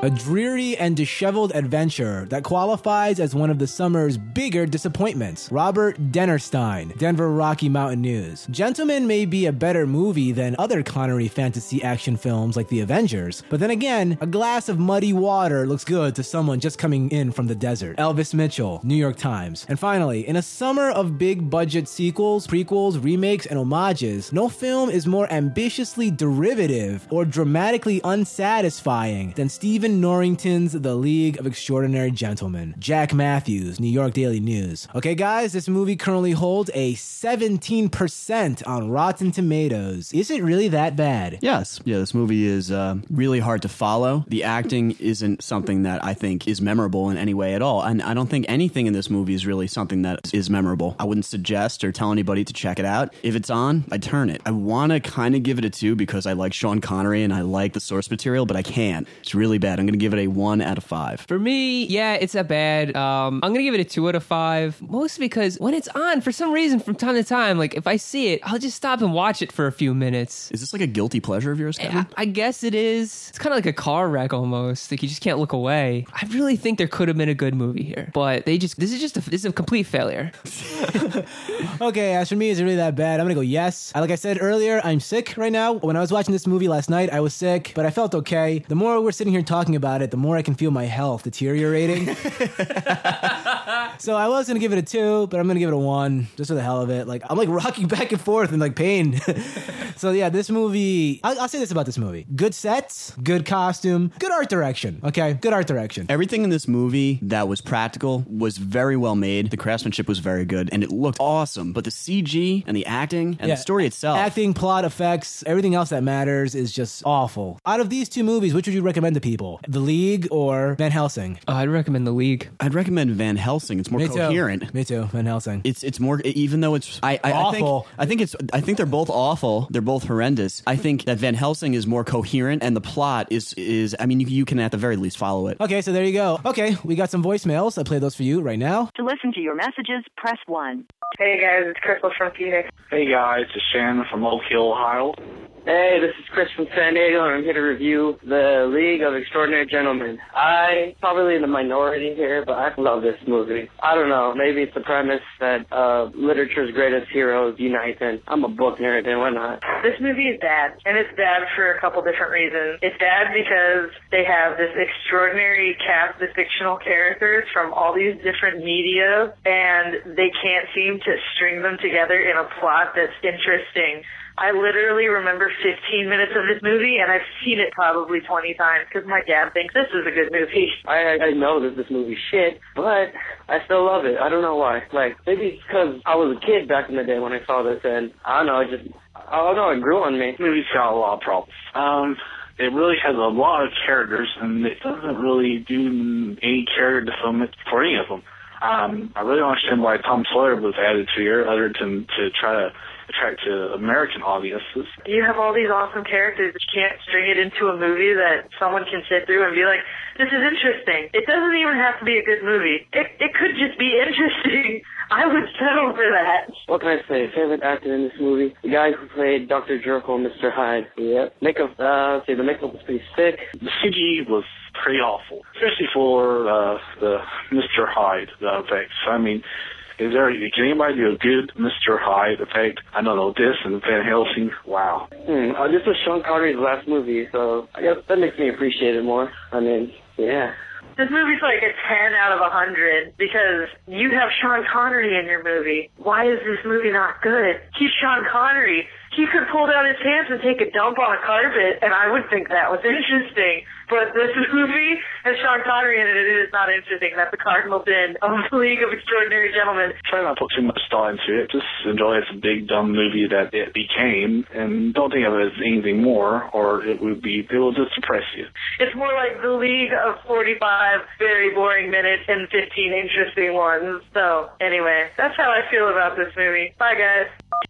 [SPEAKER 1] A dreary and disheveled adventure that qualifies as one of the summer's bigger disappointments. Robert Dennerstein, Denver Rocky Mountain News. Gentlemen may be a better movie than other Connery fantasy action films like The Avengers, but then again, a glass of muddy water looks good to someone just coming in from the desert. Elvis Mitchell, New York Times. And finally, in a summer of big budget sequels, prequels, remakes, and homages, no film is more ambitiously derived derivative or dramatically unsatisfying than Steven Ken Norrington's The League of Extraordinary Gentlemen. Jack Matthews, New York Daily News. Okay, guys, this movie currently holds a 17% on Rotten Tomatoes. Is it really that bad?
[SPEAKER 2] Yes. Yeah, this movie is uh, really hard to follow. The acting isn't something that I think is memorable in any way at all. And I don't think anything in this movie is really something that is memorable. I wouldn't suggest or tell anybody to check it out. If it's on, I turn it. I want to kind of give it a two because I like Sean Connery and I like the source material, but I can't. It's really bad. I'm going to give it a one out of five.
[SPEAKER 3] For me, yeah, it's not bad. Um, I'm gonna give it a two out of five, mostly because when it's on, for some reason, from time to time, like if I see it, I'll just stop and watch it for a few minutes.
[SPEAKER 2] Is this like a guilty pleasure of yours, Kevin?
[SPEAKER 3] I, I guess it is. It's kind of like a car wreck almost. Like you just can't look away. I really think there could have been a good movie here, but they just this is just a, this is a complete failure.
[SPEAKER 1] Okay, as for me, is it really that bad? I'm gonna go yes. Uh, Like I said earlier, I'm sick right now. When I was watching this movie last night, I was sick, but I felt okay. The more we're sitting here talking about it, the more I can feel my health deteriorating. so I was gonna give it a two, but I'm gonna give it a one just for the hell of it. Like I'm like rocking back and forth in like pain. so yeah, this movie. I'll, I'll say this about this movie: good sets, good costume, good art direction. Okay, good art direction.
[SPEAKER 2] Everything in this movie that was practical was very well made. The craftsmanship was very good and it looked awesome. But the CG and the acting and
[SPEAKER 1] Yeah.
[SPEAKER 2] the story itself.
[SPEAKER 1] Acting, plot, effects, everything else that matters is just awful. Out of these two movies, which would you recommend to people? The League or Van Helsing?
[SPEAKER 3] Oh, I'd recommend The League.
[SPEAKER 2] I'd recommend Van Helsing. It's more
[SPEAKER 1] Me
[SPEAKER 2] coherent.
[SPEAKER 1] too. Me too. Van Helsing.
[SPEAKER 2] It's it's more even though it's I I, I think
[SPEAKER 1] Awful.
[SPEAKER 2] I think it's I think they're both awful. They're both horrendous. I think that Van Helsing is more coherent and the plot is is I mean you, you can at the very least follow it.
[SPEAKER 1] okay, so there you go. Okay, we got some voicemails. I play those for you right now.
[SPEAKER 4] To listen to your messages, press 1.
[SPEAKER 5] Hey guys, it's Crystal from Phoenix.
[SPEAKER 6] Hey guys, it's Shannon from Oak Hill, Ohio.
[SPEAKER 7] Hey, this is Chris from San Diego, and I'm here to review The League of Extraordinary Gentlemen. I'm probably in the minority here, but I love this movie. I don't know, maybe it's the premise that uh, literature's greatest heroes unite, and I'm a book nerd, and whatnot.
[SPEAKER 5] This movie is bad, and it's bad for a couple different reasons. It's bad because they have this extraordinary cast of fictional characters from all these different media, and they can't seem to string them together in a plot that's interesting. I literally remember 15 minutes of this movie, and I've seen it probably 20 times because my dad thinks this is a good movie.
[SPEAKER 7] I, I know that this movie's shit, but I still love it. I don't know why. Like, maybe it's 'cause I was a kid back in the day when I saw this, and I don't know, it just, I don't know, it grew on me.
[SPEAKER 6] This movie's got a lot of problems. Um, it really has a lot of characters, and it doesn't really do any character development for any of them. Um, I really don't understand why Tom Sawyer was added to here, other than to try to attract to American audiences.
[SPEAKER 5] you have all these awesome characters that you can't string it into a movie that someone can sit through and be like, this is interesting. It doesn't even have to be a good movie. It, it could just be interesting. I would settle for that.
[SPEAKER 7] What can I say? Favorite actor in this movie? The guy who played Dr. Jekyll, and Mr. Hyde. Yep. Makeup, uh, let's see, the makeup was pretty sick.
[SPEAKER 6] The CG was pretty awful, especially for uh, the Mr. Hyde uh, effects. I mean, is there can anybody do a good Mr. Hyde effect? I don't know this and Van Helsing. Wow.
[SPEAKER 7] Hmm. Uh, this was Sean Connery's last movie, so I guess that makes me appreciate it more. I mean, yeah.
[SPEAKER 5] This movie's like a 10 out of a 100 because you have Sean Connery in your movie. Why is this movie not good? He's Sean Connery. He could pull down his pants and take a dump on a carpet, and I would think that was interesting. But this movie has Sean Connery in it, and it is not interesting. That's the cardinal sin of the League of Extraordinary Gentlemen.
[SPEAKER 6] Try not to put too much thought into it. Just enjoy it as a big dumb movie that it became, and don't think of it as anything more, or it would be it will just depress you.
[SPEAKER 5] It's more like the League of 45 very boring minutes and 15 interesting ones. So, anyway, that's how I feel about this movie. Bye, guys.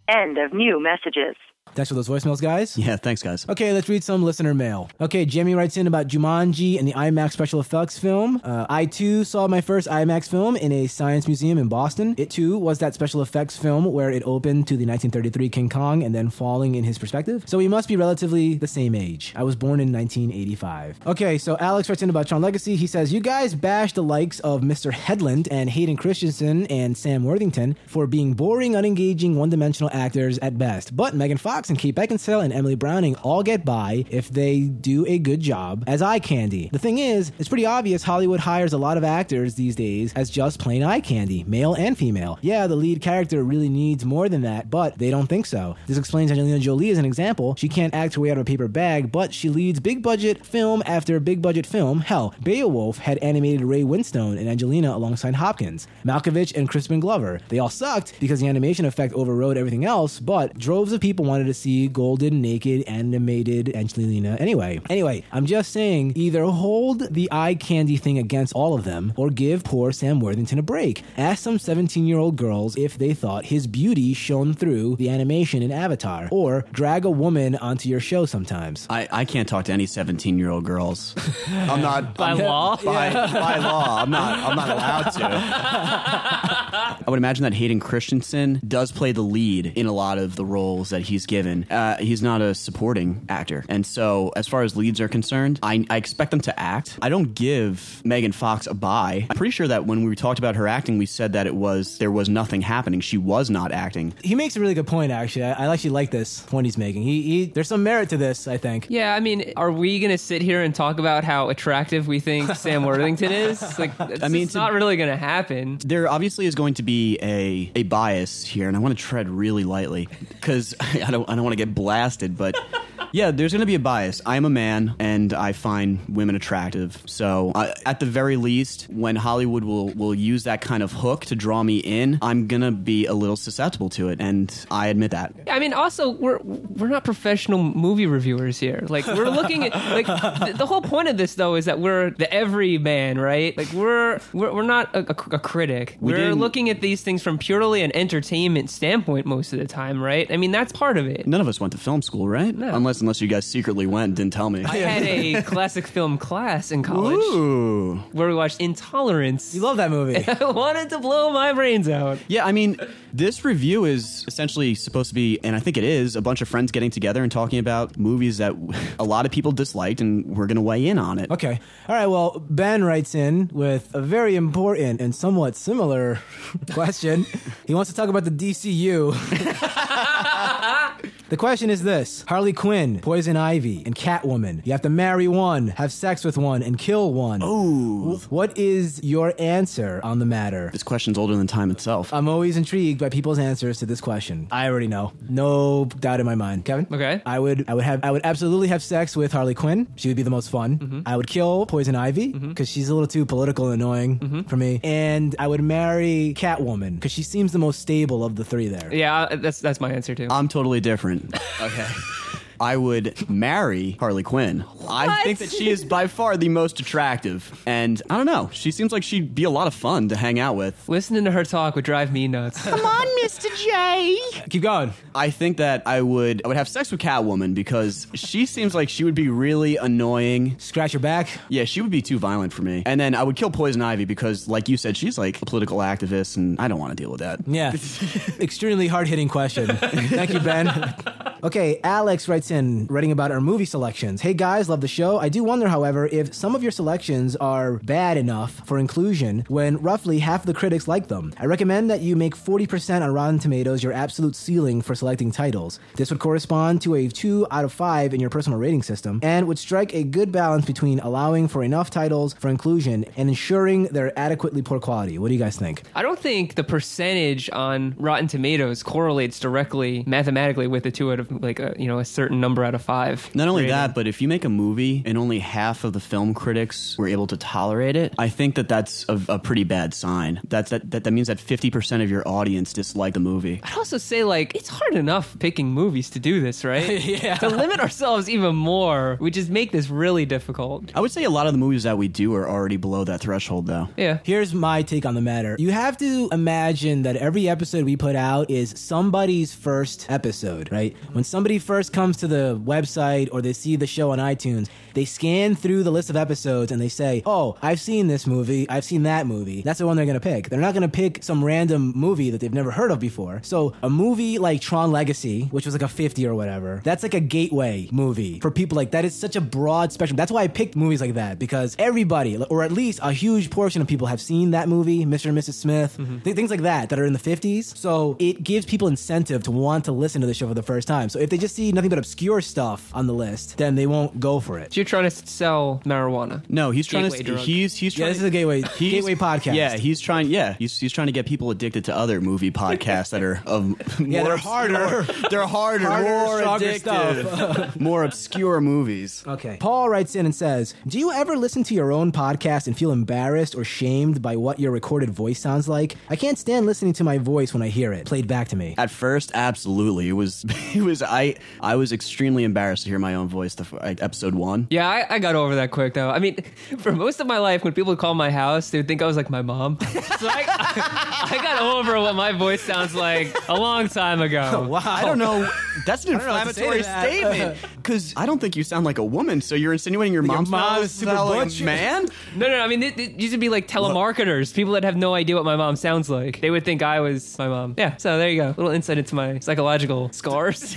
[SPEAKER 4] End of new messages.
[SPEAKER 1] Thanks for those voicemails, guys.
[SPEAKER 2] Yeah, thanks guys.
[SPEAKER 1] Okay, let's read some listener mail. Okay, Jamie writes in about Jumanji and the IMAX special effects film. Uh, I too saw my first IMAX film in a science museum in Boston. It too was that special effects film where it opened to the 1933 King Kong and then falling in his perspective. So we must be relatively the same age. I was born in 1985. Okay, so Alex writes in about Tron Legacy. He says, You guys bash the likes of Mr. Headland and Hayden Christensen and Sam Worthington for being boring, unengaging, one dimensional actors at best. But Megan Fox Fox and Kate Beckinsale and Emily Browning all get by if they do a good job as eye candy. The thing is, it's pretty obvious Hollywood hires a lot of actors these days as just plain eye candy, male and female. Yeah, the lead character really needs more than that, but they don't think so. This explains Angelina Jolie as an example. She can't act her way out of a paper bag, but she leads big budget film after big budget film. Hell, Beowulf had animated Ray Winstone and Angelina alongside Hopkins, Malkovich, and Crispin Glover. They all sucked because the animation effect overrode everything else, but droves of people wanted to see golden, naked, animated Angelina anyway. Anyway, I'm just saying either hold the eye candy thing against all of them or give poor Sam Worthington a break. Ask some 17 year old girls if they thought his beauty shone through the animation in Avatar, or drag a woman onto your show sometimes.
[SPEAKER 2] I, I can't talk to any 17 year old girls. I'm not
[SPEAKER 3] By
[SPEAKER 2] I'm-
[SPEAKER 3] law?
[SPEAKER 2] By, by law, I'm not. I'm not allowed to. I would imagine that Hayden Christensen does play the lead in a lot of the roles that he's given. Uh, he's not a supporting actor, and so as far as leads are concerned, I, I expect them to act. I don't give Megan Fox a buy. I'm pretty sure that when we talked about her acting, we said that it was there was nothing happening. She was not acting.
[SPEAKER 1] He makes a really good point, actually. I, I actually like this point he's making. He, he There's some merit to this, I think.
[SPEAKER 3] Yeah, I mean, are we gonna sit here and talk about how attractive we think Sam Worthington is? Like, I
[SPEAKER 2] mean,
[SPEAKER 3] mean, it's
[SPEAKER 2] to-
[SPEAKER 3] not really gonna happen.
[SPEAKER 2] there obviously is going to be a a bias here, and I want to tread really lightly because I don't I don't want to get blasted, but. Yeah, there's going to be a bias. I'm a man, and I find women attractive. So, I, at the very least, when Hollywood will will use that kind of hook to draw me in, I'm gonna be a little susceptible to it, and I admit that.
[SPEAKER 3] I mean, also we're we're not professional movie reviewers here. Like we're looking at like the, the whole point of this though is that we're the everyman, right? Like we're we're, we're not a, a- a critic.
[SPEAKER 2] We
[SPEAKER 3] we're
[SPEAKER 2] didn't-
[SPEAKER 3] looking at these things from purely an entertainment standpoint most of the time, right? I mean, that's part of it.
[SPEAKER 2] None of us went to film school, right? Unless unless you guys secretly went and didn't tell me.
[SPEAKER 3] I had a classic film class in college
[SPEAKER 2] Ooh.
[SPEAKER 3] where we watched Intolerance.
[SPEAKER 1] You love that movie.
[SPEAKER 3] I wanted to blow my brains out.
[SPEAKER 2] Yeah, I mean, this review is essentially supposed to be, and I think it is, a bunch of friends getting together and talking about movies that a lot of people disliked, and we're going to weigh in on it.
[SPEAKER 1] Okay. All right. Well, Ben writes in with a very important and somewhat similar question. he wants to talk about the DCU. the question is this Harley Quinn, Poison Ivy, and Catwoman. You have to marry one, have sex with one, and kill one. Ooh. What is your answer on the matter?
[SPEAKER 2] This question's older than time itself.
[SPEAKER 1] I'm always intrigued by people's answers to this question. I already know. No doubt in my mind. Kevin?
[SPEAKER 3] Okay.
[SPEAKER 1] I would I would have I would absolutely have sex with Harley Quinn. She would be the most fun. I would kill Poison Ivy because she's a little too political and annoying for me. And I would marry Catwoman because she seems the most stable of the three there.
[SPEAKER 3] Yeah, I- that's that's my answer too.
[SPEAKER 2] I'm totally different. Okay. I would marry Harley Quinn. I
[SPEAKER 3] What?
[SPEAKER 2] think that she is by far the most attractive. And I don't know, she seems like she'd be a lot of fun to hang out with.
[SPEAKER 3] Listening to her talk would drive me nuts.
[SPEAKER 1] Keep going.
[SPEAKER 2] I think that I would I would have sex with Catwoman because she seems like she would be really annoying
[SPEAKER 1] Scratch your back.
[SPEAKER 2] Yeah, she would be too violent for me. And then I would kill Poison Ivy because, like you said, she's like a political activist, and I don't want to deal with that.
[SPEAKER 1] Yeah. Extremely hard hitting question. Thank you, Ben. Okay, Alex writes in, writing about our movie selections. Hey guys, love the show. I do wonder, however, if some of your selections are bad enough for inclusion when roughly half the critics like them. I recommend that you make 40% on Rotten Tomatoes your absolute ceiling for selecting titles. This would correspond to a 2 out of 5 in your personal rating system and would strike a good balance between allowing for enough titles for inclusion and ensuring they're adequately poor quality. What do you guys think?
[SPEAKER 3] I don't think the percentage on Rotten Tomatoes correlates directly mathematically with the two out of like a, you know a certain number out of five.
[SPEAKER 2] Not only
[SPEAKER 3] rating.
[SPEAKER 2] that, but if you make a movie and only half of the film critics were able to tolerate it, I think that that's a, a pretty bad sign. That's that, that that means that fifty percent of your audience disliked the movie.
[SPEAKER 3] I'd also say like it's hard enough picking movies to do this, right? yeah. To limit ourselves even more, we just make this really difficult.
[SPEAKER 2] I would say a lot of the movies that we do are already below that threshold, though.
[SPEAKER 3] Yeah.
[SPEAKER 1] Here's my take on the matter. You have to imagine that every episode we put out is somebody's first episode, right? When somebody first comes to the website or they see the show on iTunes, they scan through the list of episodes and they say, Oh, I've seen this movie, I've seen that movie. That's the one they're going to pick. They're not going to pick some random movie that they've never heard of before. So, a movie like Tron Legacy, which was like a 50 or whatever, that's like a gateway movie for people like that. It's such a broad spectrum. That's why I picked movies like that because everybody, or at least a huge portion of people, have seen that movie, Mr. and Mrs. Smith,
[SPEAKER 2] Mm-hmm.
[SPEAKER 1] th- things like that that are in the 50s. So it gives people incentive to want to listen to the show for the first time. So if they just see nothing but obscure stuff on the list, then they won't go for it.
[SPEAKER 3] So you're trying to sell marijuana.
[SPEAKER 2] No, he's trying
[SPEAKER 3] Gateway
[SPEAKER 2] to.
[SPEAKER 3] drug.
[SPEAKER 2] He's he's
[SPEAKER 1] Yeah,
[SPEAKER 2] trying.
[SPEAKER 1] this is a gateway gateway podcast.
[SPEAKER 2] Yeah, he's trying. Yeah, he's he's trying to get people addicted to other movie podcasts that are of more
[SPEAKER 1] they're
[SPEAKER 2] harder. They're harder,
[SPEAKER 1] Harder,
[SPEAKER 2] more
[SPEAKER 1] stronger
[SPEAKER 2] addictive, more obscure movies.
[SPEAKER 1] Okay. Paul writes in and says, Do you ever listen to your own podcast and feel embarrassed or shamed by what your recorded voice sounds like? I can't stand listening to my voice when I hear it played back to me.
[SPEAKER 2] At first, absolutely, it was it was I I was extremely embarrassed to hear my own voice. The f- like, episode one.
[SPEAKER 3] Yeah, I, I got over that quick though. I mean, for most of my life, when people would call my house, they would think I was like my mom. So I, I got over what my voice sounds like a long time ago.
[SPEAKER 1] Wow.
[SPEAKER 2] I don't know. That's an
[SPEAKER 1] don't know what to say
[SPEAKER 2] inflammatory
[SPEAKER 1] to that.
[SPEAKER 2] statement because I don't think you sound like a woman. So you're insinuating your mom's
[SPEAKER 1] mom
[SPEAKER 2] mouth
[SPEAKER 1] is super
[SPEAKER 2] sound like
[SPEAKER 1] butch.
[SPEAKER 2] a man.
[SPEAKER 3] No, no, no, I mean, th- th- these would be like telemarketers, people that have no idea what my mom sounds like. They would think I was my mom. Yeah, so there you go. little insight into my psychological scars.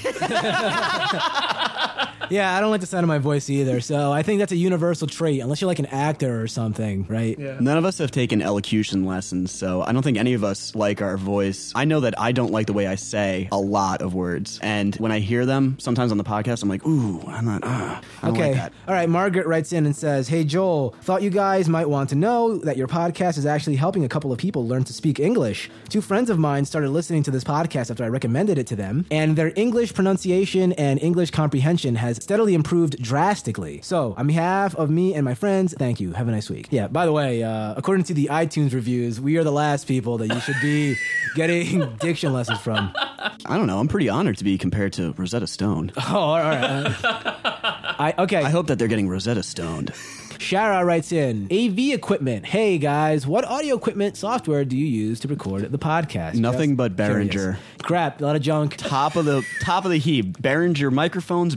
[SPEAKER 1] Yeah, I don't like the sound of my voice either. So I think that's a universal trait, unless you're like an actor or something, right? Yeah.
[SPEAKER 2] None of us have taken elocution lessons, so I don't think any of us like our voice. I know that I don't like the way I say a lot of words, and when I hear them, sometimes on the podcast, I'm like, "Ooh, I'm not." Uh, I don't
[SPEAKER 1] Okay.
[SPEAKER 2] like that.
[SPEAKER 1] All right. Margaret writes in and says, Hey, Joel, thought you guys might want to know that your podcast is actually helping a couple of people learn to speak English. Two friends of mine started listening to this podcast after I recommended it to them, and their English pronunciation and English comprehension has steadily improved drastically. So, on behalf of me and my friends, thank you. Have a nice week. Yeah. By the way, uh, according to the iTunes reviews, we are the last people that you should be getting diction lessons from.
[SPEAKER 2] I don't know. I'm pretty honored to be compared to Rosetta Stone.
[SPEAKER 1] Oh, all right. I, okay.
[SPEAKER 2] I hope that they're getting Rosetta Stoned.
[SPEAKER 1] Shara writes in AV equipment. Hey guys, what audio equipment software do you use to record the podcast?
[SPEAKER 2] Nothing
[SPEAKER 1] Just
[SPEAKER 2] but
[SPEAKER 1] curious.
[SPEAKER 2] Behringer.
[SPEAKER 1] Crap, a lot of junk.
[SPEAKER 2] top of the top of the heap. Behringer microphones,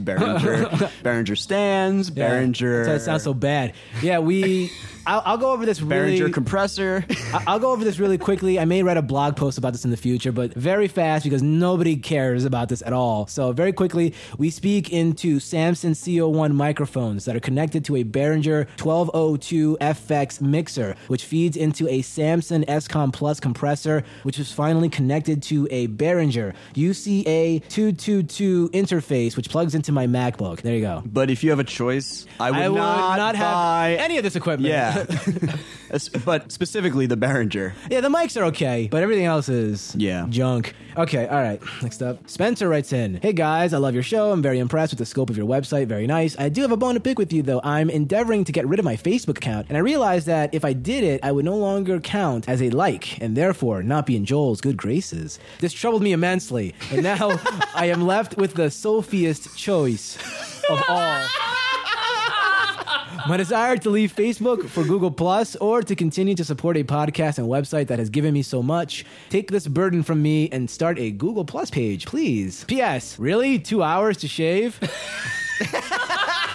[SPEAKER 2] Behringer, Behringer stands,
[SPEAKER 1] Yeah,
[SPEAKER 2] Behringer.
[SPEAKER 1] That's why it sounds so bad. Yeah, we. I'll, I'll go over this really.
[SPEAKER 2] Behringer compressor.
[SPEAKER 1] I- I'll go over this really quickly. I may write a blog post about this in the future, but very fast because nobody cares about this at all. So, very quickly, we speak into Samson CO1 microphones that are connected to a Behringer 1202 FX mixer, which feeds into a Samson SCOM Plus compressor, which is finally connected to a Behringer UCA 222 interface, which plugs into my MacBook. There you go.
[SPEAKER 2] But if you have a choice, I would,
[SPEAKER 1] I would
[SPEAKER 2] not,
[SPEAKER 1] not,
[SPEAKER 2] buy
[SPEAKER 1] have any of this equipment.
[SPEAKER 2] Yeah, Es- but specifically the Behringer.
[SPEAKER 1] Yeah, the mics are okay, but everything else is
[SPEAKER 2] Yeah.
[SPEAKER 1] junk. Okay, all right. Next up, Spencer writes in, "Hey guys, I love your show. I'm very impressed with the scope of your website. Very nice. I do have a bone to pick with you though. I'm endeavoring to get rid of my Facebook account, and I realized that if I did it, I would no longer count as a like, and therefore not be in Joel's good graces. This troubled me immensely, and now I am left with the Sophiest choice of all." My desire to leave Facebook for Google Plus or to continue to support a podcast and website that has given me so much. Take this burden from me and start a Google Plus page, please. P.S. Really? Two hours to shave?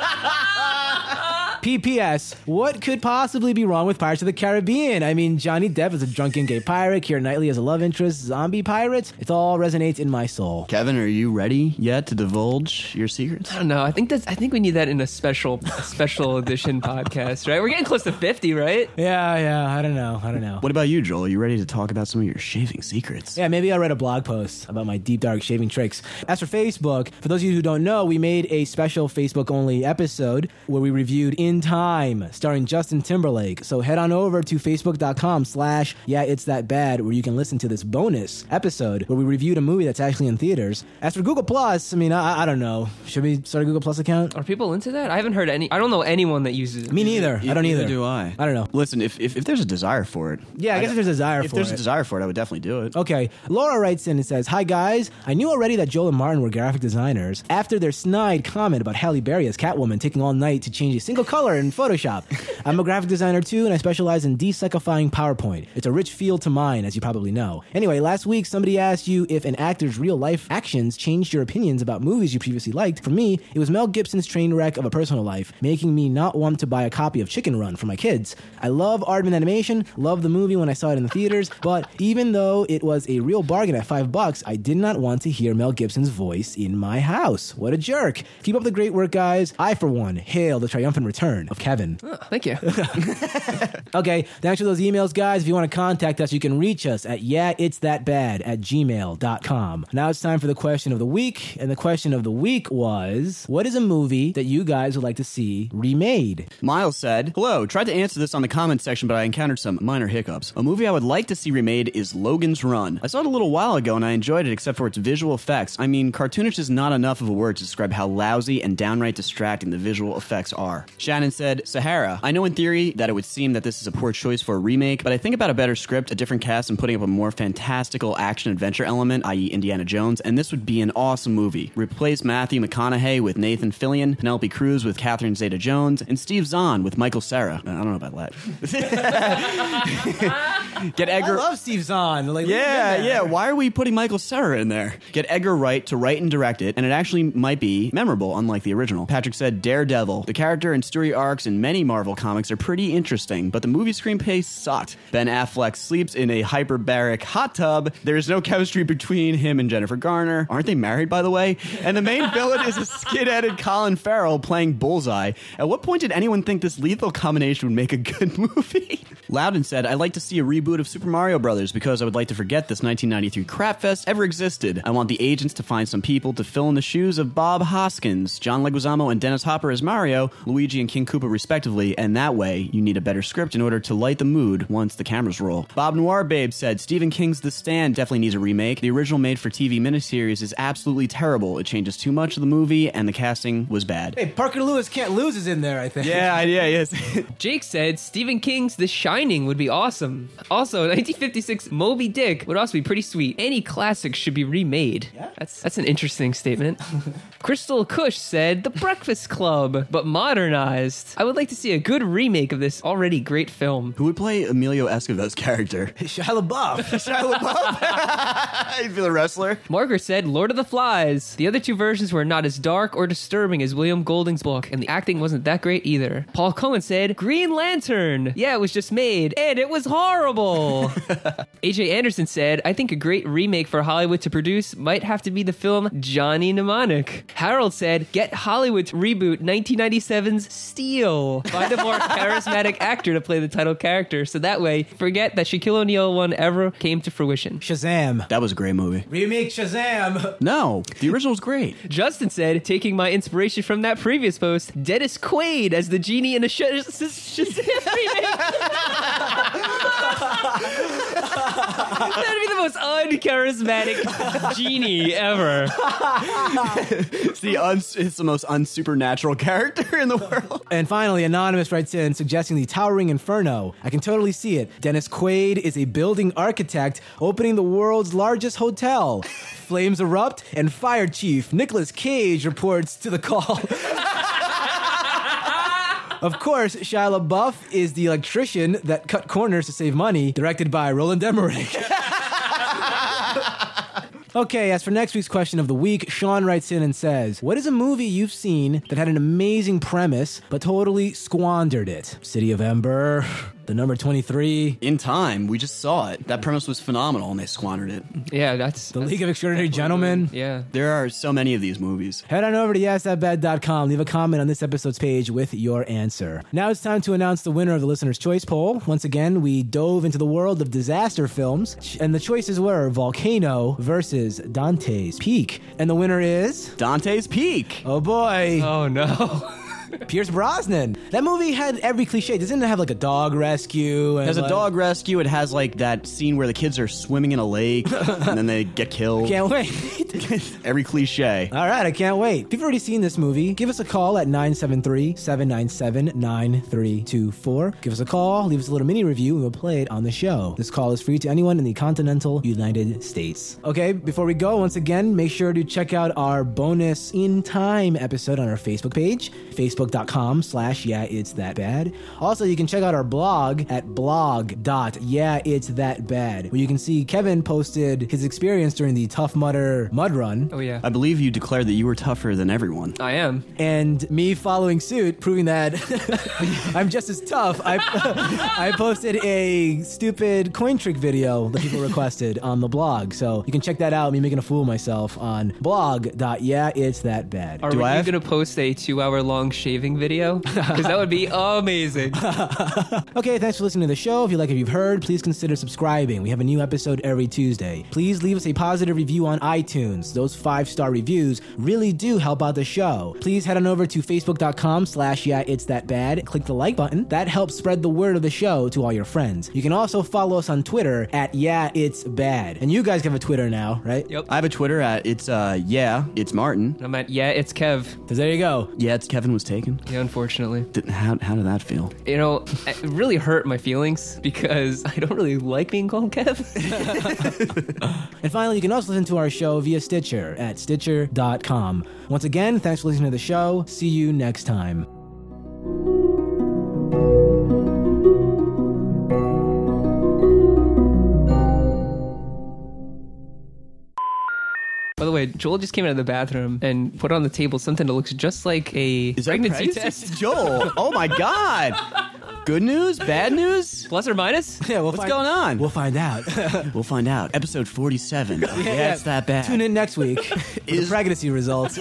[SPEAKER 1] PPS, what could possibly be wrong with Pirates of the Caribbean? I mean, Johnny Depp is a drunken gay pirate, Keira Knightley is a love interest, zombie pirate. It all resonates in my soul.
[SPEAKER 2] Kevin, are you ready yet to divulge your secrets?
[SPEAKER 3] I don't know. I think that's. I think we need that in a special, special edition podcast, right? We're getting close to fifty, right?
[SPEAKER 1] Yeah, yeah, I don't know. I don't know.
[SPEAKER 2] What about you, Joel? Are you ready to talk about some of your shaving secrets?
[SPEAKER 1] Yeah, maybe I'll write a blog post about my deep dark shaving tricks. As for Facebook, for those of you who don't know, we made a special Facebook only episode where we reviewed In Time, starring Justin Timberlake. So head on over to facebook.com slash yeah it's that bad where you can listen to this bonus episode where we reviewed a movie that's actually in theaters. As for Google Plus, I mean I, I don't know. Should we start a Google Plus account?
[SPEAKER 3] Are people into that? I haven't heard any. I don't know anyone that uses it.
[SPEAKER 1] Me neither. I don't
[SPEAKER 2] Neither
[SPEAKER 1] either.
[SPEAKER 2] do I.
[SPEAKER 1] I don't know.
[SPEAKER 2] Listen, if, if, if there's a desire for it,
[SPEAKER 1] Yeah, I guess if there's a desire
[SPEAKER 2] if
[SPEAKER 1] for
[SPEAKER 2] there's a
[SPEAKER 1] it. Oh.
[SPEAKER 2] desire for it, I would definitely do it.
[SPEAKER 1] Okay. Laura writes in and says, Hi guys, I knew already that Joel and Martin were graphic designers after their snide comment about Halle Berry as Catwoman taking all night to change a single color in Photoshop. I'm a graphic designer too, and I specialize in depsychifying PowerPoint. It's a rich field to mine, as you probably know. Anyway, last week somebody asked you if an actor's real life actions changed your opinions about movies you previously liked. For me, it was Mel Gibson's train wreck of a personal life, making me not want to buy a copy of Chicken Run for my kids. I love Aardman Animation, loved the movie when I saw it in the theaters, but even though it was a real bargain at five bucks, I did not want to hear Mel Gibson's voice in my house. What a jerk. Keep up the great work, guys. I, for one, hail the triumphant return return of Kevin.
[SPEAKER 3] Thank you.
[SPEAKER 1] Okay, thanks for those emails, guys. If you want to contact us, you can reach us at yeahitsthatbad at gmail.com. Now it's time for the question of the week. And the question of the week was What is a movie that you guys would like to see remade?
[SPEAKER 2] Miles said, Hello, tried to answer this on the comments section, but I encountered some minor hiccups. A movie I would like to see remade is Logan's Run. I saw it a little while ago and I enjoyed it, except for its visual effects. I mean, cartoonish is not enough of a word to describe how lousy and downright distracting the visual effects are. Shannon said, Sahara. I know in theory that it would seem that this is a poor choice for a remake, but I think about a better script, a different cast, and putting up a more fantastical action adventure element, i.e., Indiana Jones, and this would be an awesome movie. Replace Matthew McConaughey with Nathan Fillion, Penelope Cruz with Catherine Zeta Jones, and Steve Zahn with Michael Sarah. I don't know about that. Get Edgar.
[SPEAKER 1] Steve Zahn. Like,
[SPEAKER 2] Yeah, yeah. Why are we putting Michael Cera in there? Get Edgar Wright to write and direct it, and it actually might be memorable, unlike the original. Patrick said Daredevil. The character and story arcs in many Marvel comics are pretty interesting, but the movie screenplay sucked. Ben Affleck sleeps in a hyperbaric hot tub. There is no chemistry between him and Jennifer Garner. Aren't they married, by the way? And the main villain is a skid-headed Colin Farrell playing Bullseye. At what point did anyone think this lethal combination would make a good movie? Loudon said, I'd like to see a reboot of Super Mario Brothers because I would like to forget this 1993 crapfest ever existed. I want the agents to find some people to fill in the shoes of Bob Hoskins, John Leguizamo, and Dennis Hopper as Mario, Luigi and King Koopa respectively, and that way you need a better script in order to light the mood once the cameras roll. Bob Noir Babe said, Stephen King's The Stand definitely needs a remake. The original made for TV miniseries is absolutely terrible. It changes too much of the movie, and the casting was bad.
[SPEAKER 1] Hey, Parker Lewis can't lose is in there, I think.
[SPEAKER 2] Yeah, yeah, yes.
[SPEAKER 3] Jake said Stephen King's The Shining would be awesome. Also, 1956 Moby Dick would also be pretty sweet. Any classic should be remade. That's that's an interesting statement. Crystal Kush said The Breakfast Club, but modernized. I would like to see a good remake of this already great film.
[SPEAKER 2] Who would play Emilio Escovedo's character?
[SPEAKER 1] Shia LaBeouf.
[SPEAKER 2] Shia LaBeouf. He'd be the wrestler.
[SPEAKER 3] Margaret said Lord of the Flies. The other two versions were not as dark or disturbing as William Golding's book, and the acting wasn't that great either. Paul Cohen said Green Lantern. Yeah, it was just made, and it was horrible. AJ Anderson said, I think a great remake for Hollywood to produce might have to be the film Johnny Mnemonic. Harold said, Get Hollywood to reboot 1997's Steel. Find a more charismatic actor to play the title character, so that way, forget that Shaquille O'Neal one ever came to fruition.
[SPEAKER 1] Shazam.
[SPEAKER 2] That was a great movie.
[SPEAKER 1] Remake Shazam.
[SPEAKER 2] No, the original was great.
[SPEAKER 3] Justin said, taking my inspiration from that previous post, Dennis Quaid as the genie in a sh- sh- sh- Shazam remake. That'd be the most uncharismatic genie ever.
[SPEAKER 2] It's the uns it's the most unsupernatural character in the world.
[SPEAKER 1] And finally, Anonymous writes in suggesting the Towering Inferno. I can totally see it. Dennis Quaid is a building architect opening the world's largest hotel. Flames erupt, and Fire Chief Nicholas Cage reports to the call. Of course, Shia LaBeouf is the electrician that cut corners to save money, directed by Roland Emmerich. Okay, as for next week's question of the week, Sean writes in and says, What is a movie you've seen that had an amazing premise but totally squandered it? City of Ember, the number 23,
[SPEAKER 2] In time, we just saw it. That premise was phenomenal and they squandered it.
[SPEAKER 3] Yeah, that's
[SPEAKER 1] The League of Extraordinary Gentlemen.
[SPEAKER 3] yeah.
[SPEAKER 2] There are so many of these movies.
[SPEAKER 1] Head on over to yesthatbed.com, leave a comment on this episode's page with your answer. Now it's time to announce the winner of the listener's choice poll. Once again, we dove into the world of disaster films, and the choices were Volcano versus Dante's Peak. And the winner is,
[SPEAKER 2] Dante's Peak.
[SPEAKER 1] oh boy,
[SPEAKER 3] Oh no.
[SPEAKER 1] Pierce Brosnan. That movie had every cliche. Doesn't it have like a dog rescue? And
[SPEAKER 2] It has a
[SPEAKER 1] like-
[SPEAKER 2] dog rescue. It has like that scene where the kids are swimming in a lake and then they get killed.
[SPEAKER 1] Can't wait.
[SPEAKER 2] Every cliche.
[SPEAKER 1] All right, I can't wait. If you've already seen this movie, give us a call at 973 797 9324. Give us a call, leave us a little mini review, and we'll play it on the show. This call is free to anyone in the continental United States. Okay, before we go, once again, make sure to check out our bonus in time episode on our Facebook page, facebook.com slash yeah it's that bad. Also, you can check out our blog at blog.yeahitsthatbad, where you can see Kevin posted his experience during the Tough Mudder Mud Run.
[SPEAKER 3] Oh yeah.
[SPEAKER 2] I believe you declared that you were tougher than everyone.
[SPEAKER 3] I am.
[SPEAKER 1] and me following suit, proving that I'm just as tough. I, I posted a stupid coin trick video that people requested on the blog, so you can check that out. Me making a fool of myself on blog. Yeah, it's that bad.
[SPEAKER 3] Are
[SPEAKER 2] Do
[SPEAKER 3] you
[SPEAKER 2] I have-
[SPEAKER 3] going to post a two hour long leaving video? Because that would be amazing.
[SPEAKER 1] Okay, thanks for listening to the show. If you like what you've heard, please consider subscribing. We have a new episode every Tuesday. Please leave us a positive review on iTunes. Those five star reviews really do help out the show. Please head on over to facebook.com slash yeah it's that bad. Click the like button. That helps spread the word of the show to all your friends. You can also follow us on Twitter at yeah it's bad. And you guys have a Twitter now, right?
[SPEAKER 3] Yep.
[SPEAKER 2] I have a Twitter at it's uh yeah it's Martin.
[SPEAKER 3] I'm at, yeah, it's Kev.
[SPEAKER 1] So there you go.
[SPEAKER 2] Yeah, it's Kevin was taken.
[SPEAKER 3] Yeah, unfortunately.
[SPEAKER 2] Did- How how did that feel?
[SPEAKER 3] You know, it really hurt my feelings because I don't really like being called Kev.
[SPEAKER 1] And finally, you can also listen to our show via Stitcher at stitcher.com. Once again, thanks for listening to the show. See you next time.
[SPEAKER 3] By the way, Joel just came out of the bathroom and put on the table something that looks just like a pregnancy test.
[SPEAKER 2] Joel. Oh my God. Good news, bad news.
[SPEAKER 3] Plus or minus?
[SPEAKER 1] Yeah, we'll
[SPEAKER 2] What's
[SPEAKER 1] find-
[SPEAKER 2] going on?
[SPEAKER 1] We'll find out.
[SPEAKER 2] We'll find out. Episode forty-seven. yeah, it's that bad.
[SPEAKER 1] Tune in next week. for the
[SPEAKER 2] Is-
[SPEAKER 1] pregnancy results.